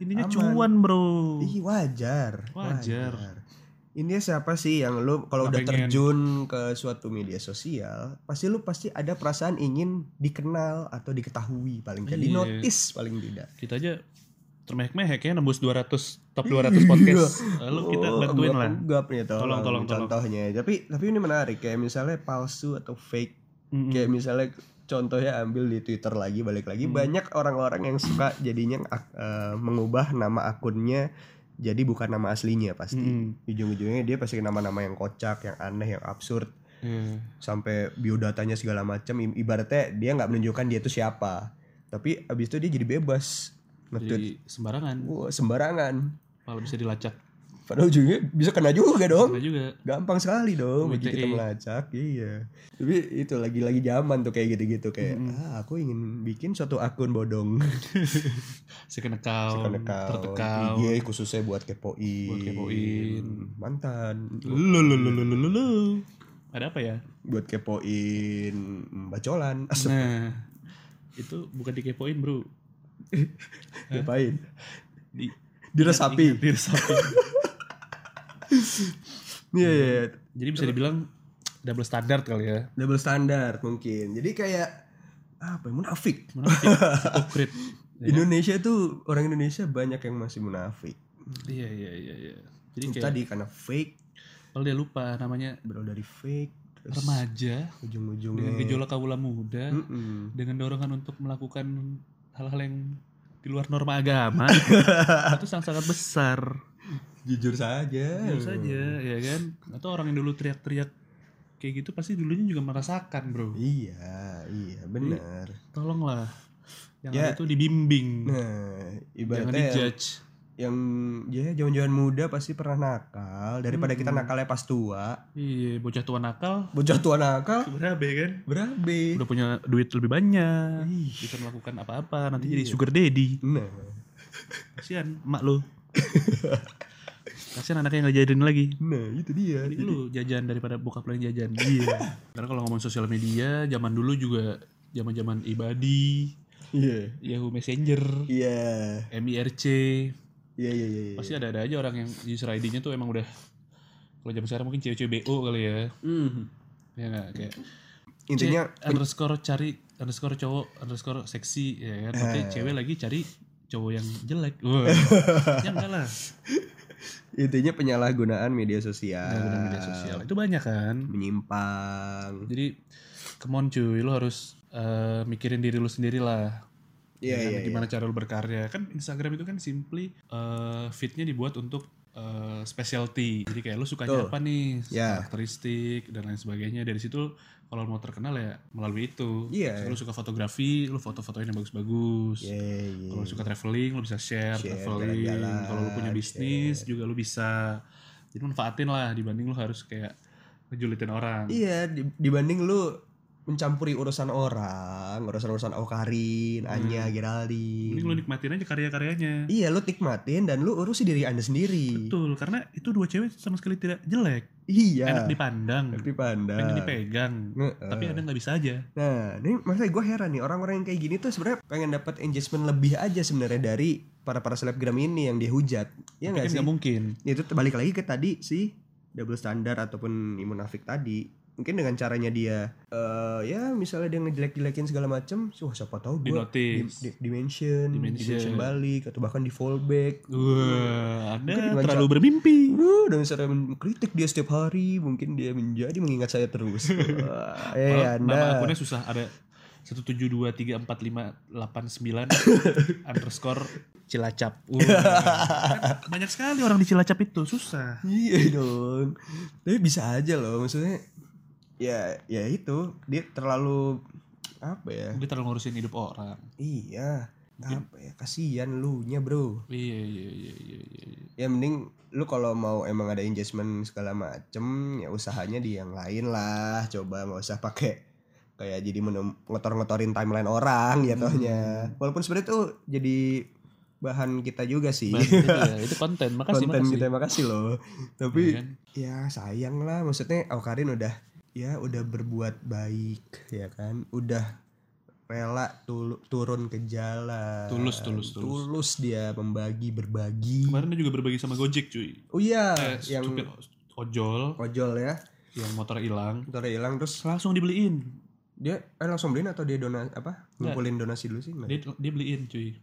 Speaker 2: Ininya
Speaker 1: Aman.
Speaker 2: cuan bro.
Speaker 1: Ih wajar.
Speaker 2: Wajar.
Speaker 1: Ini siapa sih yang lu kalau udah
Speaker 2: Nggak pengen.
Speaker 1: terjun ke suatu media sosial, pasti lu pasti ada perasaan ingin dikenal atau diketahui paling tidak,
Speaker 2: Iya.
Speaker 1: di notice paling tidak.
Speaker 2: Kita aja termehek-mehek ya nembus 200 top 200 podcast. Lalu kita
Speaker 1: Iya. Oh,
Speaker 2: bantuin lah.
Speaker 1: anggap-anggap nih tolong,
Speaker 2: Tolong, tolong, tolong.
Speaker 1: contohnya. Tapi tapi ini menarik kayak misalnya palsu atau fake.
Speaker 2: Mm-mm.
Speaker 1: Kayak misalnya contohnya ambil di Twitter lagi balik lagi
Speaker 2: Hmm.
Speaker 1: banyak orang-orang yang suka jadinya ak- eh, mengubah nama akunnya jadi bukan nama aslinya pasti.
Speaker 2: Mm-mm.
Speaker 1: ujung-ujungnya dia pasti nama-nama yang kocak, yang aneh, yang absurd,
Speaker 2: Iya.
Speaker 1: sampai biodatanya segala macam. I- Ibaratnya dia nggak menunjukkan dia itu siapa, tapi abis itu dia jadi bebas nge-tweet
Speaker 2: Jadi sembarangan.
Speaker 1: Wah, sembarangan.
Speaker 2: Kalau bisa dilacak.
Speaker 1: Pada ujungnya bisa kena juga dong.
Speaker 2: Kita juga.
Speaker 1: Gampang sekali dong bagi
Speaker 2: UTE.
Speaker 1: kita melacak, iya. Tapi itu lagi-lagi zaman tuh kayak gitu-gitu kayak ah aku ingin bikin suatu akun bodong
Speaker 2: Second account,
Speaker 1: second account,
Speaker 2: third account.
Speaker 1: IG khususnya buat kepoin.
Speaker 2: Buat kepoin.
Speaker 1: mantan.
Speaker 2: Lu, lu, lu, lu, lu, lu, lu. Ada apa ya?
Speaker 1: buat kepoin mm, bacolan Asep,
Speaker 2: Nah, itu bukan dikepoin bro.
Speaker 1: ngapain
Speaker 2: Di,
Speaker 1: diresapi
Speaker 2: Ingat, diresapi.
Speaker 1: iya iya iya.
Speaker 2: Jadi bisa dibilang double standard kali ya.
Speaker 1: double standar mungkin jadi kayak apa ya, munafik
Speaker 2: Munafik, hipokrit. Ya.
Speaker 1: Indonesia tuh orang Indonesia banyak yang masih munafik
Speaker 2: Iya, iya, iya, iya. Jadi
Speaker 1: Itu
Speaker 2: kayak
Speaker 1: tadi karena fake
Speaker 2: kalau dia lupa namanya
Speaker 1: berawal dari fake terus
Speaker 2: remaja dengan
Speaker 1: ujung-ujungnya
Speaker 2: gejolak kaula muda
Speaker 1: Hmm. Mm-mm.
Speaker 2: dengan dorongan untuk melakukan hal-hal yang di luar norma agama itu sangat sangat besar
Speaker 1: jujur saja
Speaker 2: Jujur saja ya kan atau orang yang dulu teriak-teriak kayak gitu pasti dulunya juga merasakan bro
Speaker 1: iya iya benar
Speaker 2: tolonglah yang
Speaker 1: Ya.
Speaker 2: ada itu dibimbing
Speaker 1: nah
Speaker 2: jangan
Speaker 1: ibaratnya yang-
Speaker 2: dijudge
Speaker 1: yang ya jaman-jaman muda pasti pernah nakal daripada kita nakalnya pas tua
Speaker 2: iya bocah tua nakal
Speaker 1: bocah tua nakal
Speaker 2: berabe kan
Speaker 1: berabe
Speaker 2: udah punya duit lebih banyak
Speaker 1: Ih.
Speaker 2: bisa melakukan apa-apa nanti
Speaker 1: Iya.
Speaker 2: jadi sugar daddy
Speaker 1: Nah,
Speaker 2: kasihan emak lo kasihan anaknya nggak jadiin lagi
Speaker 1: nah itu dia.
Speaker 2: Ini lu jajan daripada bokap lo yang jajan iya karena kalau ngomong sosial media zaman dulu juga zaman zaman ibadi
Speaker 1: Iya.
Speaker 2: yahoo messenger
Speaker 1: Iya.
Speaker 2: mirc
Speaker 1: Iya iya iya. iya.
Speaker 2: pasti ada ada aja orang yang user id-nya tuh emang udah kalau zaman sekarang mungkin cewek-cewek bo kali ya ya nggak kayak
Speaker 1: Intinya
Speaker 2: "Ce, underscore cari underscore cowok underscore seksi ya
Speaker 1: Eh.
Speaker 2: kan berarti cewek lagi cari cowok yang jelek Wah. ya enggak lah
Speaker 1: intinya penyalahgunaan media sosial.
Speaker 2: Pengguna eh, Nah, media sosial itu banyak kan
Speaker 1: Menyimpang.
Speaker 2: jadi come on cuy lu harus eh, mikirin diri lu sendiri lah
Speaker 1: Iya
Speaker 2: Ya kan?
Speaker 1: iya. iya.
Speaker 2: gimana cara lu berkarya kan Instagram itu kan simply eh, feednya dibuat untuk eh, specialty jadi kayak lu sukanya
Speaker 1: Betul.
Speaker 2: apa nih
Speaker 1: Ya.
Speaker 2: karakteristik dan lain sebagainya dari situ kalau lu mau terkenal ya melalui itu
Speaker 1: Iya.
Speaker 2: Misalnya lu suka fotografi lu foto-fotoin yang bagus-bagus
Speaker 1: Iya iya.
Speaker 2: kalau lu suka traveling lu bisa share,
Speaker 1: Share,
Speaker 2: traveling
Speaker 1: jalan-jalan,
Speaker 2: kalau lu punya bisnis juga lu bisa jadi manfaatin lah dibanding lu harus kayak ngejulitin orang
Speaker 1: Iya, di- dibanding lu mencampuri urusan orang, urusan-urusan Okarin, Anya,
Speaker 2: Hmm. Mending lu
Speaker 1: Geraldine.
Speaker 2: nikmatin aja karya-karyanya.
Speaker 1: Iya, lu nikmatin dan lu urusi diri Anda sendiri.
Speaker 2: Betul, karena itu dua cewek sama sekali tidak jelek. Enak
Speaker 1: Iya. Enak
Speaker 2: dipandang, pengen
Speaker 1: dipandang. Nah.
Speaker 2: dipegang.
Speaker 1: Nge-eh.
Speaker 2: Tapi ada nggak bisa aja.
Speaker 1: Nah, ini maksudnya gue heran nih orang-orang yang kayak gini tuh sebenarnya pengen dapat engagement lebih aja sebenarnya dari para para selebgram ini yang dihujat. Ya
Speaker 2: Tapi
Speaker 1: nggak
Speaker 2: kan
Speaker 1: sih?
Speaker 2: nggak mungkin.
Speaker 1: Ya, Itu balik lagi ke tadi si double standar ataupun imunafik tadi. Mungkin dengan caranya dia eh ya misalnya dia ngejelek-jelekin segala macem, wah siapa tahu
Speaker 2: Di
Speaker 1: gue
Speaker 2: notice.
Speaker 1: di, dimension,
Speaker 2: Dimension.
Speaker 1: dimension balik atau bahkan di fallback.
Speaker 2: Wah,
Speaker 1: Mungkin
Speaker 2: Anda
Speaker 1: dengan
Speaker 2: terlalu bermimpi.
Speaker 1: Wuh, dan saya mengkritik dia setiap hari, mungkin dia menjadi mengingat saya terus. Wah, eh
Speaker 2: Padahal Nama
Speaker 1: Anda.
Speaker 2: akunnya susah ada 1723458 underscore Cilacap. Wah, kan banyak sekali orang di Cilacap itu susah.
Speaker 1: Iya dong. Tapi bisa aja loh, maksudnya ya ya itu dia terlalu apa ya?
Speaker 2: Dia terlalu ngurusin hidup orang.
Speaker 1: Iya.
Speaker 2: Mungkin-
Speaker 1: Apa ya? Kasihan lu nya, Bro.
Speaker 2: Iya iya iya iya. iya.
Speaker 1: Ya mending lu kalau mau emang ada engagement segala macem ya usahanya di yang lain lah. Coba nggak usah pakai kayak jadi menem- ngotor-ngotorin timeline orang ya tohnya.
Speaker 2: Hmm.
Speaker 1: Walaupun sebenarnya tuh jadi bahan kita juga sih.
Speaker 2: Bahan itu, ya, itu konten.
Speaker 1: Iya.
Speaker 2: Makasih
Speaker 1: konten
Speaker 2: makasih.
Speaker 1: kita makasih loh. Tapi
Speaker 2: Iya kan?
Speaker 1: ya sayang lah maksudnya Aukarin udah ya udah berbuat baik ya kan udah rela tul- turun ke jalan
Speaker 2: Tulus, tulus, tulus.
Speaker 1: tulus dia membagi berbagi
Speaker 2: Kemarin dia juga berbagi sama Gojek cuy.
Speaker 1: oh iya
Speaker 2: Eh,
Speaker 1: yang
Speaker 2: supir ojol
Speaker 1: ojol ya
Speaker 2: yang motor hilang
Speaker 1: motornya hilang terus
Speaker 2: langsung dibeliin.
Speaker 1: dia eh langsung beliin atau dia dona apa ngumpulin donasi dulu sih
Speaker 2: Dia, dia beliin cuy.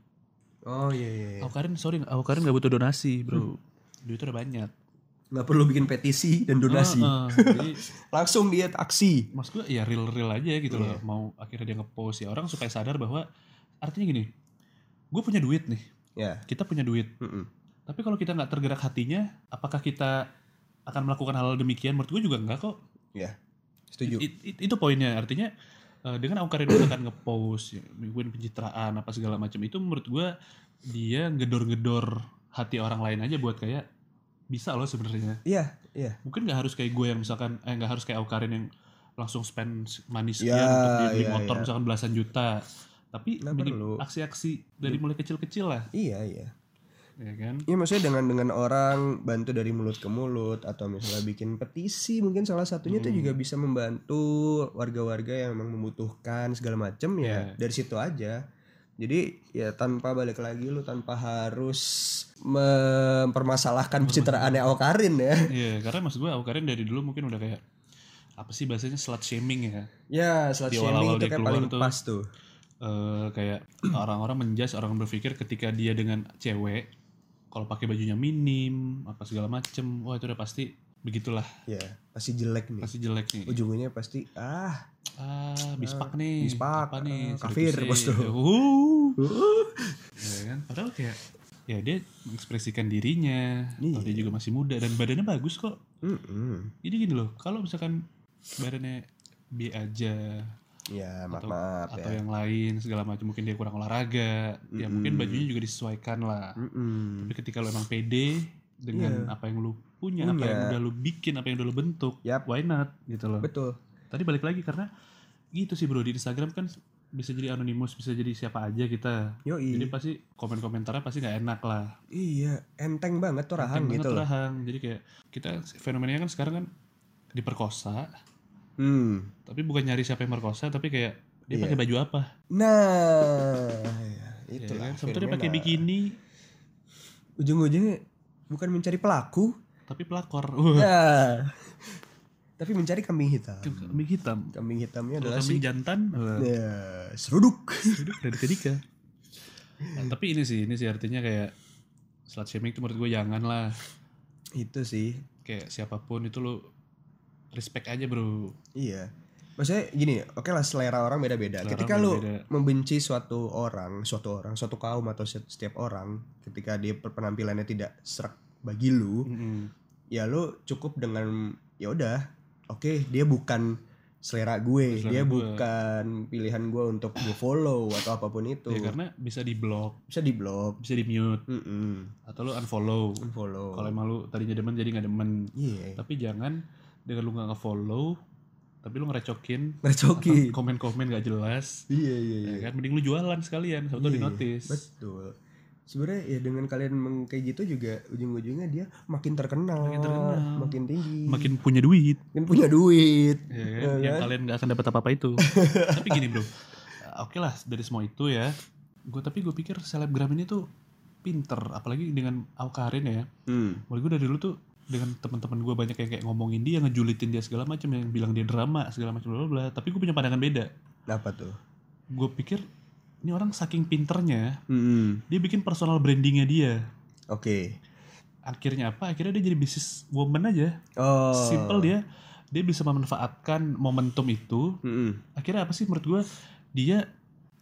Speaker 1: oh iya iya iya. Hmm.
Speaker 2: Aku Karin sorry, aku Karin gak butuh donasi bro. Duit udah banyak.
Speaker 1: nggak perlu bikin petisi dan donasi
Speaker 2: Heeh, jadi
Speaker 1: langsung dia taksi
Speaker 2: maksud gue ya real real aja gitu loh
Speaker 1: Iya.
Speaker 2: mau akhirnya dia ngepost ya orang supaya sadar bahwa artinya gini gue punya duit nih
Speaker 1: ya
Speaker 2: kita punya duit
Speaker 1: Mm-mm.
Speaker 2: tapi kalau kita nggak tergerak hatinya apakah kita akan melakukan hal demikian menurut gue juga enggak kok
Speaker 1: setuju
Speaker 2: It- it- itu poinnya artinya eh, dengan Aukarin akan ngepost ya, melakukan pencitraan apa segala macam itu menurut gue dia gedor-gedor hati orang lain aja buat kayak bisa loh sebenarnya
Speaker 1: iya iya
Speaker 2: mungkin nggak harus kayak gue yang misalkan eh nggak harus kayak Aukarin yang langsung spend money sekian
Speaker 1: Ya,
Speaker 2: untuk dia beli
Speaker 1: ya,
Speaker 2: motor
Speaker 1: ya.
Speaker 2: misalkan belasan juta tapi
Speaker 1: Nggak
Speaker 2: bikin
Speaker 1: perlu.
Speaker 2: aksi-aksi dari mulai kecil-kecil lah
Speaker 1: iya iya
Speaker 2: ya kan
Speaker 1: Iya maksudnya dengan dengan orang bantu dari mulut ke mulut atau misalnya bikin petisi mungkin salah satunya tuh
Speaker 2: Hmm.
Speaker 1: juga bisa membantu warga-warga yang memang membutuhkan segala macem ya
Speaker 2: Ya.
Speaker 1: dari situ aja. Jadi ya tanpa balik lagi lu tanpa harus mempermasalahkan pencitraannya Awkarin ya.
Speaker 2: Iya, karena maksud gue Aukarin dari dulu mungkin udah kayak apa sih bahasanya slut shaming ya
Speaker 1: Ya slut
Speaker 2: Di
Speaker 1: shaming
Speaker 2: awal-awal
Speaker 1: itu
Speaker 2: dia
Speaker 1: kayak
Speaker 2: keluar
Speaker 1: paling
Speaker 2: tuh.
Speaker 1: pas tuh.
Speaker 2: Eh, kayak orang-orang menjas orang berpikir ketika dia dengan cewek kalau pakai bajunya minim apa segala macem wah itu udah pasti begitulah
Speaker 1: Ya pasti jelek nih.
Speaker 2: pasti jelek nih
Speaker 1: Ujungnya pasti ah
Speaker 2: ah bispak
Speaker 1: Eh,
Speaker 2: nih
Speaker 1: bispak,
Speaker 2: apa nih
Speaker 1: ah, kafir,
Speaker 2: Sirkusi.
Speaker 1: bos tuh.
Speaker 2: Wuh.
Speaker 1: uh,
Speaker 2: ya kan padahal kayak ya dia mengekspresikan dirinya atau dia
Speaker 1: Iya.
Speaker 2: juga masih muda dan badannya bagus kok
Speaker 1: mm-mm.
Speaker 2: jadi gini loh kalau misalkan badannya B aja
Speaker 1: ya maaf
Speaker 2: Atau-
Speaker 1: maaf
Speaker 2: atau
Speaker 1: ya.
Speaker 2: yang lain segala macam mungkin dia kurang olahraga ya mungkin
Speaker 1: Mm-mm.
Speaker 2: bajunya juga disesuaikan lah
Speaker 1: Mm-mm.
Speaker 2: tapi ketika lo emang pede dengan
Speaker 1: Iya.
Speaker 2: apa yang lu punya, apa
Speaker 1: Punya.
Speaker 2: yang udah lu bikin apa yang udah lu bentuk
Speaker 1: Yap.
Speaker 2: why not gitu loh
Speaker 1: Betul.
Speaker 2: tadi balik lagi karena gitu sih bro di Instagram kan bisa jadi anonimus bisa jadi siapa aja kita
Speaker 1: Yoi.
Speaker 2: jadi pasti komen-komentarnya pasti nggak enak lah
Speaker 1: Iya, enteng banget tuh rahang
Speaker 2: Enteng banget
Speaker 1: gitu
Speaker 2: tuh
Speaker 1: loh.
Speaker 2: rahang. Jadi kayak kita fenomenanya kan sekarang kan diperkosa,
Speaker 1: Hmm.
Speaker 2: tapi bukan nyari siapa yang merkosa, tapi kayak dia
Speaker 1: Iya.
Speaker 2: pakai baju apa?
Speaker 1: Nah, ya, itu
Speaker 2: ya
Speaker 1: lah.
Speaker 2: kan? Sebetulnya dia pakai
Speaker 1: fenomena.
Speaker 2: bikini,
Speaker 1: Ujung-ujungnya bukan mencari pelaku,
Speaker 2: tapi pelakor. Wah,
Speaker 1: ya. tapi mencari kambing hitam.
Speaker 2: kambing hitam.
Speaker 1: Kambing hitamnya
Speaker 2: Kalau
Speaker 1: adalah
Speaker 2: kambing Hmm.
Speaker 1: si
Speaker 2: jantan, wah,
Speaker 1: ya, seruduk.
Speaker 2: hidup dari ketika. Nah, tapi ini sih, ini sih artinya kayak slut shaming itu menurut gue jangan lah.
Speaker 1: itu sih.
Speaker 2: Kayak siapapun itu lo respect aja bro.
Speaker 1: Iya. Maksudnya gini, oke lah selera orang beda-beda.
Speaker 2: Selera
Speaker 1: Ya, Ketika
Speaker 2: orang
Speaker 1: lu
Speaker 2: beda-beda.
Speaker 1: membenci suatu orang, suatu orang, suatu kaum atau set- setiap orang, ketika dia penampilannya tidak serak bagi lu,
Speaker 2: Mm-mm.
Speaker 1: ya lu cukup dengan ya udah oke dia bukan selera gue
Speaker 2: Selera
Speaker 1: dia
Speaker 2: gue.
Speaker 1: bukan pilihan gue untuk gue follow atau apapun itu
Speaker 2: Ya karena bisa di block,
Speaker 1: bisa di blok
Speaker 2: bisa di mute,
Speaker 1: Mm-mm.
Speaker 2: atau lo unfollow.
Speaker 1: unfollow
Speaker 2: Kalau emang lu tadinya demen jadi nggak demen.
Speaker 1: iya
Speaker 2: tapi jangan dengan lu nggak ngefollow tapi lu ngerecokin
Speaker 1: ngerecokin
Speaker 2: komen-komen gak jelas
Speaker 1: iya iya iya
Speaker 2: ya kan mending lu jualan
Speaker 1: Iya,
Speaker 2: sekalian sebetulnya di
Speaker 1: iya.
Speaker 2: notice
Speaker 1: betul sebenarnya ya dengan kalian meng- kayak gitu juga ujung-ujungnya dia makin terkenal
Speaker 2: Makin terkenal.
Speaker 1: makin tinggi
Speaker 2: makin punya duit
Speaker 1: makin punya duit
Speaker 2: ya kan?
Speaker 1: Iya
Speaker 2: yang
Speaker 1: kan?
Speaker 2: kalian nggak akan dapat apa apa itu tapi gini bro eh, oke lah dari semua itu ya gue tapi gue pikir selebgram ini tuh pinter apalagi dengan Awkarin ya
Speaker 1: Hmm.
Speaker 2: Menurut gue dari dulu tuh dengan teman-teman gue banyak yang kayak ngomongin dia ngejulitin dia segala macam yang bilang dia drama segala macam bla bla bla. tapi gue punya pandangan beda
Speaker 1: apa tuh
Speaker 2: gue pikir ini orang saking pinternya dia bikin personal brandingnya dia
Speaker 1: Hmm. oke
Speaker 2: akhirnya apa akhirnya dia jadi bisnis woman aja
Speaker 1: oh
Speaker 2: simple dia dia bisa memanfaatkan momentum itu
Speaker 1: Mm-mm.
Speaker 2: akhirnya apa sih menurut gue dia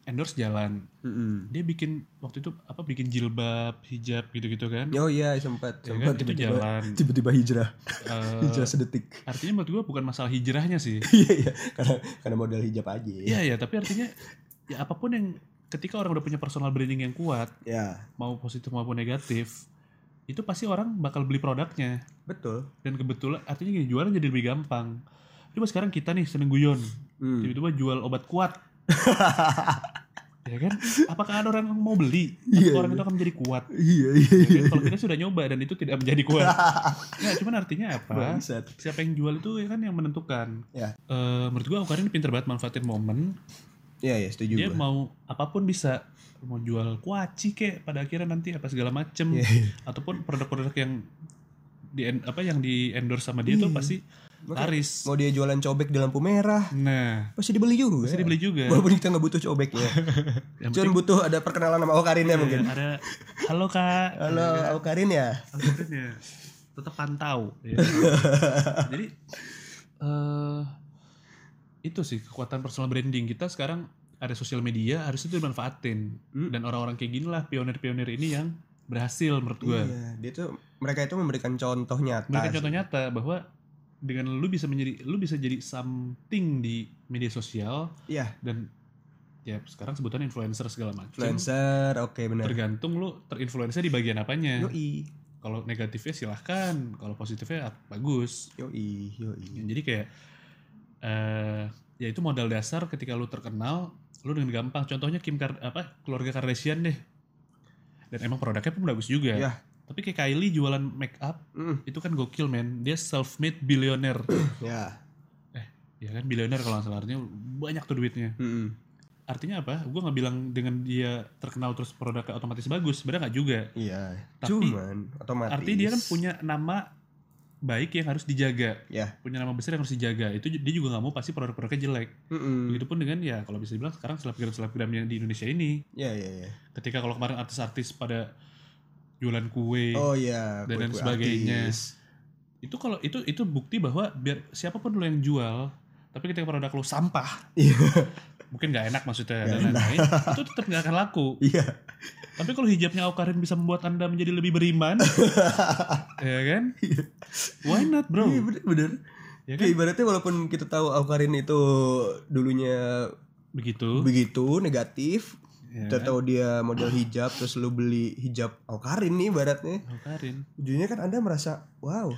Speaker 2: endorse jalan
Speaker 1: Mm-mm.
Speaker 2: dia bikin waktu itu apa bikin jilbab hijab gitu-gitu kan
Speaker 1: oh iya sempat
Speaker 2: Ya kan,
Speaker 1: sempat
Speaker 2: itu
Speaker 1: tiba-tiba
Speaker 2: jalan
Speaker 1: tiba-tiba hijrah
Speaker 2: Eh,
Speaker 1: hijrah sedetik
Speaker 2: artinya menurut gue bukan masalah hijrahnya sih
Speaker 1: iya iya karena karena modal hijab aja ya
Speaker 2: Iya ya, tapi artinya ya apapun yang ketika orang udah punya personal branding yang kuat,
Speaker 1: Ya,
Speaker 2: mau positif maupun negatif, itu pasti orang bakal beli produknya.
Speaker 1: betul
Speaker 2: Dan kebetulan artinya gini, jualan jadi lebih gampang. Coba sekarang kita nih seneng guyon,
Speaker 1: Mm.
Speaker 2: tiba-tiba jual obat kuat. ya kan? Apakah ada orang yang mau beli?
Speaker 1: Iya,
Speaker 2: Apakah orang
Speaker 1: iya.
Speaker 2: itu akan menjadi kuat?
Speaker 1: iya iya
Speaker 2: Ya
Speaker 1: iya
Speaker 2: kan? Kalau kita sudah nyoba dan itu tidak menjadi kuat. Nah, cuman artinya apa?
Speaker 1: bangsat
Speaker 2: Siapa yang jual itu ya kan yang menentukan.
Speaker 1: Ya.
Speaker 2: Eh, menurut gua Awkarin pinter banget manfaatin momen
Speaker 1: iya iya setuju
Speaker 2: dia
Speaker 1: gua.
Speaker 2: mau apapun bisa mau jual kuaci kek pada akhirnya nanti apa segala macem
Speaker 1: Iya, iya.
Speaker 2: ataupun produk-produk yang di apa yang di endorse sama dia
Speaker 1: Iya.
Speaker 2: tuh pasti
Speaker 1: Makanya
Speaker 2: laris
Speaker 1: mau dia jualan cobek di lampu merah
Speaker 2: nah
Speaker 1: pasti dibeli juga
Speaker 2: pasti dibeli juga
Speaker 1: walaupun kita nggak butuh cobeknya
Speaker 2: yang
Speaker 1: Cuman
Speaker 2: penting
Speaker 1: butuh ada perkenalan sama Okarin ya mungkin.
Speaker 2: ya, ada halo kak Iya,
Speaker 1: Halo Okarin ya.
Speaker 2: akhirnya tetap pantau ya. jadi eh itu sih kekuatan personal branding kita sekarang ada sosial media harusnya itu dimanfaatin
Speaker 1: Hmm.
Speaker 2: dan orang-orang kayak gini lah pionir-pionir ini yang berhasil menurut gue
Speaker 1: Iya, dia tuh mereka itu memberikan contoh nyata.
Speaker 2: Mereka
Speaker 1: sih.
Speaker 2: contoh nyata bahwa dengan lu bisa menjadi lu bisa jadi something di media sosial
Speaker 1: Iya.
Speaker 2: dan ya sekarang sebutan influencer segala macam.
Speaker 1: Influencer, oke benar.
Speaker 2: Tergantung lu terinfluencer di bagian apanya.
Speaker 1: Yoi,
Speaker 2: Kalau negatifnya silahkan, kalau positifnya ah, bagus.
Speaker 1: yoi, yoi.
Speaker 2: Jadi kayak eh ya itu modal dasar ketika lu terkenal, lu dengan gampang. Contohnya Kim Kar apa keluarga Kardashian deh. Dan emang produknya pun bagus juga.
Speaker 1: Iya.
Speaker 2: Tapi kayak Kylie jualan make up
Speaker 1: Mm,
Speaker 2: itu kan gokil men dia self made billionaire
Speaker 1: ya.
Speaker 2: ya kan billionaire kalau nggak salah artinya banyak tuh duitnya
Speaker 1: Mm-mm.
Speaker 2: artinya apa gue nggak bilang dengan dia terkenal terus produknya otomatis bagus sebenarnya nggak juga
Speaker 1: Iya.
Speaker 2: Tapi-
Speaker 1: Cuman otomatis.
Speaker 2: artinya dia kan punya nama baik yang harus dijaga
Speaker 1: Ya.
Speaker 2: punya nama besar yang harus dijaga itu ju- dia juga nggak mau pasti produk-produknya jelek
Speaker 1: Mm-mm.
Speaker 2: begitupun dengan ya kalau bisa dibilang sekarang selebgram selebgramnya di Indonesia ini
Speaker 1: Ya, ya, ya.
Speaker 2: ketika kalau kemarin artis-artis pada jualan kue
Speaker 1: Oh ya.
Speaker 2: Dan lain
Speaker 1: kue-kue
Speaker 2: sebagainya.
Speaker 1: artis.
Speaker 2: itu kalau itu itu bukti bahwa biar siapapun lo yang jual tapi ketika produk lo sampah
Speaker 1: Iya.
Speaker 2: mungkin nggak enak maksudnya
Speaker 1: Nggak
Speaker 2: dan lain-lain itu tetap nggak akan laku
Speaker 1: Iya.
Speaker 2: tapi kalau hijabnya Awkarin bisa membuat anda menjadi lebih beriman ya kan why not bro
Speaker 1: Iya, bener, bener.
Speaker 2: ya
Speaker 1: Kayak
Speaker 2: kan
Speaker 1: ibaratnya walaupun kita tahu Aukarin itu dulunya
Speaker 2: begitu
Speaker 1: begitu negatif,
Speaker 2: ya
Speaker 1: kita
Speaker 2: kan?
Speaker 1: tahu dia model hijab terus lu beli hijab Aukarin nih ibaratnya.
Speaker 2: Awkarin
Speaker 1: Ujungnya kan Anda merasa, wow,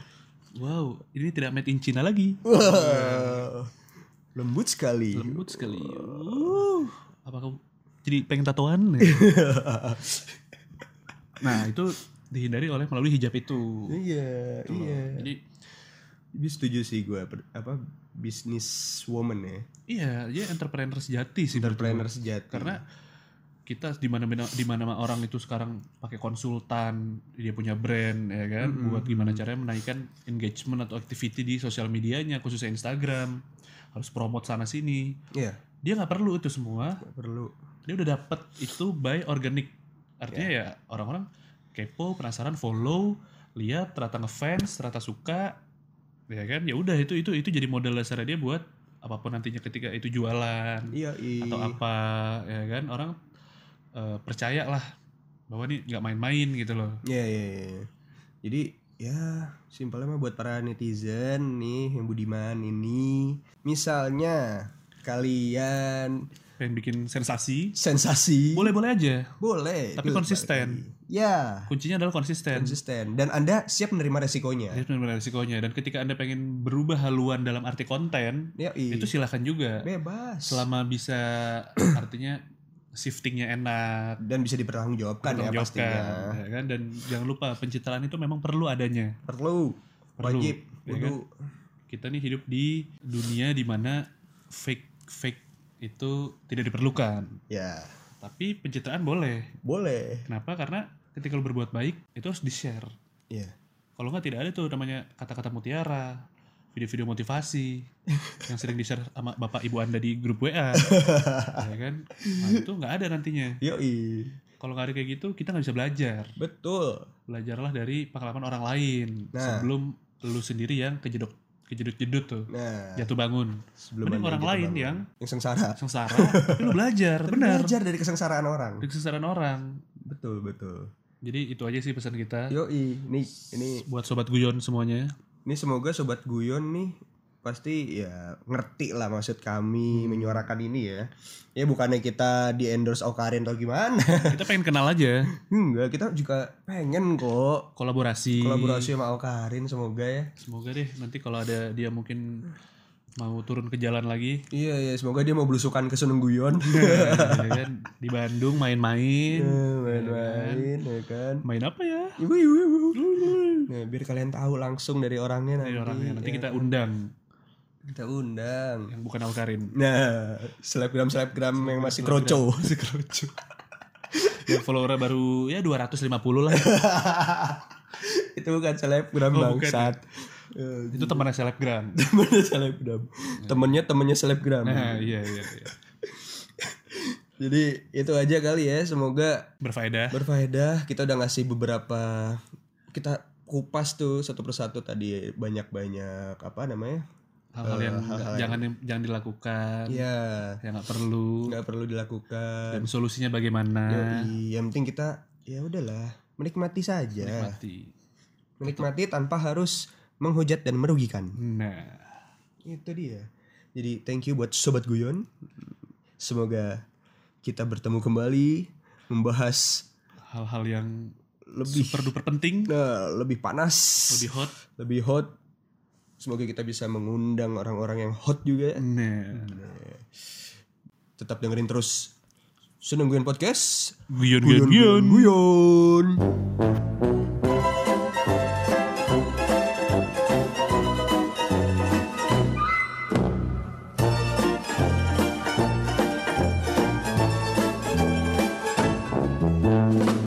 Speaker 2: wow ini tidak made in China lagi
Speaker 1: wow, lembut sekali.
Speaker 2: Iya. lembut sekali Uh, apa kamu jadi pengen tatoan nah itu dihindari oleh melalui hijab itu
Speaker 1: iya,
Speaker 2: Gitu loh.
Speaker 1: iya.
Speaker 2: jadi
Speaker 1: Jadi setuju sih gue per- apa bisnis woman ya,
Speaker 2: iya dia entrepreneur sejati sih menurut gua.
Speaker 1: entrepreneur sejati.
Speaker 2: karena kita di mana di mana orang itu sekarang pakai konsultan dia punya brand ya kan
Speaker 1: Mm-mm.
Speaker 2: buat gimana caranya menaikkan engagement atau activity di sosial medianya khususnya Instagram harus promote sana sini
Speaker 1: Iya.
Speaker 2: dia nggak perlu itu semua
Speaker 1: nggak perlu.
Speaker 2: dia udah dapet itu by organic artinya ya orang-orang kepo penasaran follow lihat ternyata ngefans ternyata suka ya kan ya udah itu itu itu jadi modal dasar dia buat apapun nantinya ketika itu jualan
Speaker 1: Iya, iya.
Speaker 2: atau apa ya kan orang eh, percaya lah bahwa ini nggak main-main gitu loh
Speaker 1: Iya, iya, iya. Jadi ya simpelnya mah buat para netizen nih yang budiman ini misalnya kalian
Speaker 2: pengen bikin sensasi
Speaker 1: sensasi
Speaker 2: boleh-boleh aja
Speaker 1: boleh
Speaker 2: Tapi
Speaker 1: itu
Speaker 2: konsisten.
Speaker 1: balik lagi. ya
Speaker 2: kuncinya adalah konsisten
Speaker 1: konsisten dan anda siap menerima resikonya
Speaker 2: Jadi benar-benar resikonya dan ketika anda pengen berubah haluan dalam arti konten
Speaker 1: ya
Speaker 2: itu silahkan juga
Speaker 1: bebas
Speaker 2: selama bisa artinya shiftingnya enak
Speaker 1: dan bisa dipertanggungjawabkan ya
Speaker 2: dipertanggungjawabkan,
Speaker 1: pastinya
Speaker 2: ya kan dan jangan lupa pencitraan itu memang perlu adanya
Speaker 1: perlu
Speaker 2: Perlu,
Speaker 1: wajib
Speaker 2: ya
Speaker 1: kudu.
Speaker 2: kita nih hidup di dunia di mana fake fake itu tidak diperlukan
Speaker 1: ya
Speaker 2: tapi pencitraan boleh
Speaker 1: boleh
Speaker 2: kenapa karena ketika lu berbuat baik itu harus di share
Speaker 1: Iya.
Speaker 2: kalau nggak tidak ada tuh namanya kata-kata mutiara video-video motivasi yang sering di share sama bapak ibu anda di grup WA ya kan nah, itu nggak ada nantinya
Speaker 1: Iya, yoi
Speaker 2: kalau nggak ada kayak gitu kita nggak bisa belajar
Speaker 1: betul
Speaker 2: belajarlah dari pengalaman orang lain
Speaker 1: Nah.
Speaker 2: sebelum lu sendiri yang kejedot kejedot jedut tuh
Speaker 1: nah
Speaker 2: jatuh bangun
Speaker 1: sebelum
Speaker 2: Ya, mending
Speaker 1: Anda
Speaker 2: orang
Speaker 1: jatuh
Speaker 2: lain
Speaker 1: bangun.
Speaker 2: yang
Speaker 1: yang sengsara
Speaker 2: sengsara tapi lu belajar
Speaker 1: Tapi
Speaker 2: benar
Speaker 1: Nah. belajar dari kesengsaraan orang
Speaker 2: dari kesengsaraan orang
Speaker 1: betul betul
Speaker 2: jadi itu aja sih pesan kita
Speaker 1: yoi ini ini
Speaker 2: buat sobat guyon semuanya
Speaker 1: ini semoga sobat guyon nih pasti ya ngerti lah maksud kami
Speaker 2: Hmm.
Speaker 1: menyuarakan ini ya ya bukannya kita di endorse Okarin atau gimana
Speaker 2: kita pengen kenal aja
Speaker 1: enggak kita juga pengen kok
Speaker 2: kolaborasi
Speaker 1: kolaborasi sama Okarin semoga ya
Speaker 2: semoga deh nanti kalau ada dia mungkin mau turun ke jalan lagi
Speaker 1: iya ya semoga dia mau belusukan ke Sunung Guyon
Speaker 2: ya kan? di Bandung
Speaker 1: Ya,
Speaker 2: main-main
Speaker 1: main-main ya kan
Speaker 2: main apa ya
Speaker 1: Ibu, ibu, ibu. Nah, biar kalian tahu langsung dari orangnya nanti
Speaker 2: dari orangnya nanti
Speaker 1: ya.
Speaker 2: kita undang
Speaker 1: kita undang
Speaker 2: yang bukan Alkarin
Speaker 1: nah selebgram selebgram yang masih kroco
Speaker 2: masih kerucu ya follower baru ya 250 lah
Speaker 1: itu bukan selebgram
Speaker 2: Oh, bukan.
Speaker 1: bangsat Eh,
Speaker 2: itu temannya selebgram
Speaker 1: temennya selebgram temennya temennya selebgram
Speaker 2: nah iya iya, iya.
Speaker 1: jadi itu aja kali ya semoga
Speaker 2: berfaedah
Speaker 1: berfaedah kita udah ngasih beberapa kita kupas tuh satu persatu tadi banyak banyak apa namanya
Speaker 2: hal-hal yang
Speaker 1: Eh, hal-hal
Speaker 2: jangan jangan dilakukan
Speaker 1: ya
Speaker 2: yang nggak perlu
Speaker 1: nggak iya. perlu dilakukan
Speaker 2: dan solusinya bagaimana
Speaker 1: Yoi, yang penting kita ya udahlah menikmati saja
Speaker 2: nikmati
Speaker 1: menikmati tanpa harus menghujat dan merugikan
Speaker 2: nah
Speaker 1: Itu dia. Jadi thank you buat sobat guyon. Semoga kita bertemu kembali membahas
Speaker 2: hal-hal yang
Speaker 1: lebih
Speaker 2: super duper penting
Speaker 1: nah, lebih panas,
Speaker 2: lebih
Speaker 1: lebih,
Speaker 2: hot
Speaker 1: hot. Semoga kita bisa mengundang orang-orang yang hot juga.
Speaker 2: nah
Speaker 1: Tetap dengerin terus Seneng Guyon Podcast.
Speaker 2: guyon guyon guyon
Speaker 1: guyon. guyon.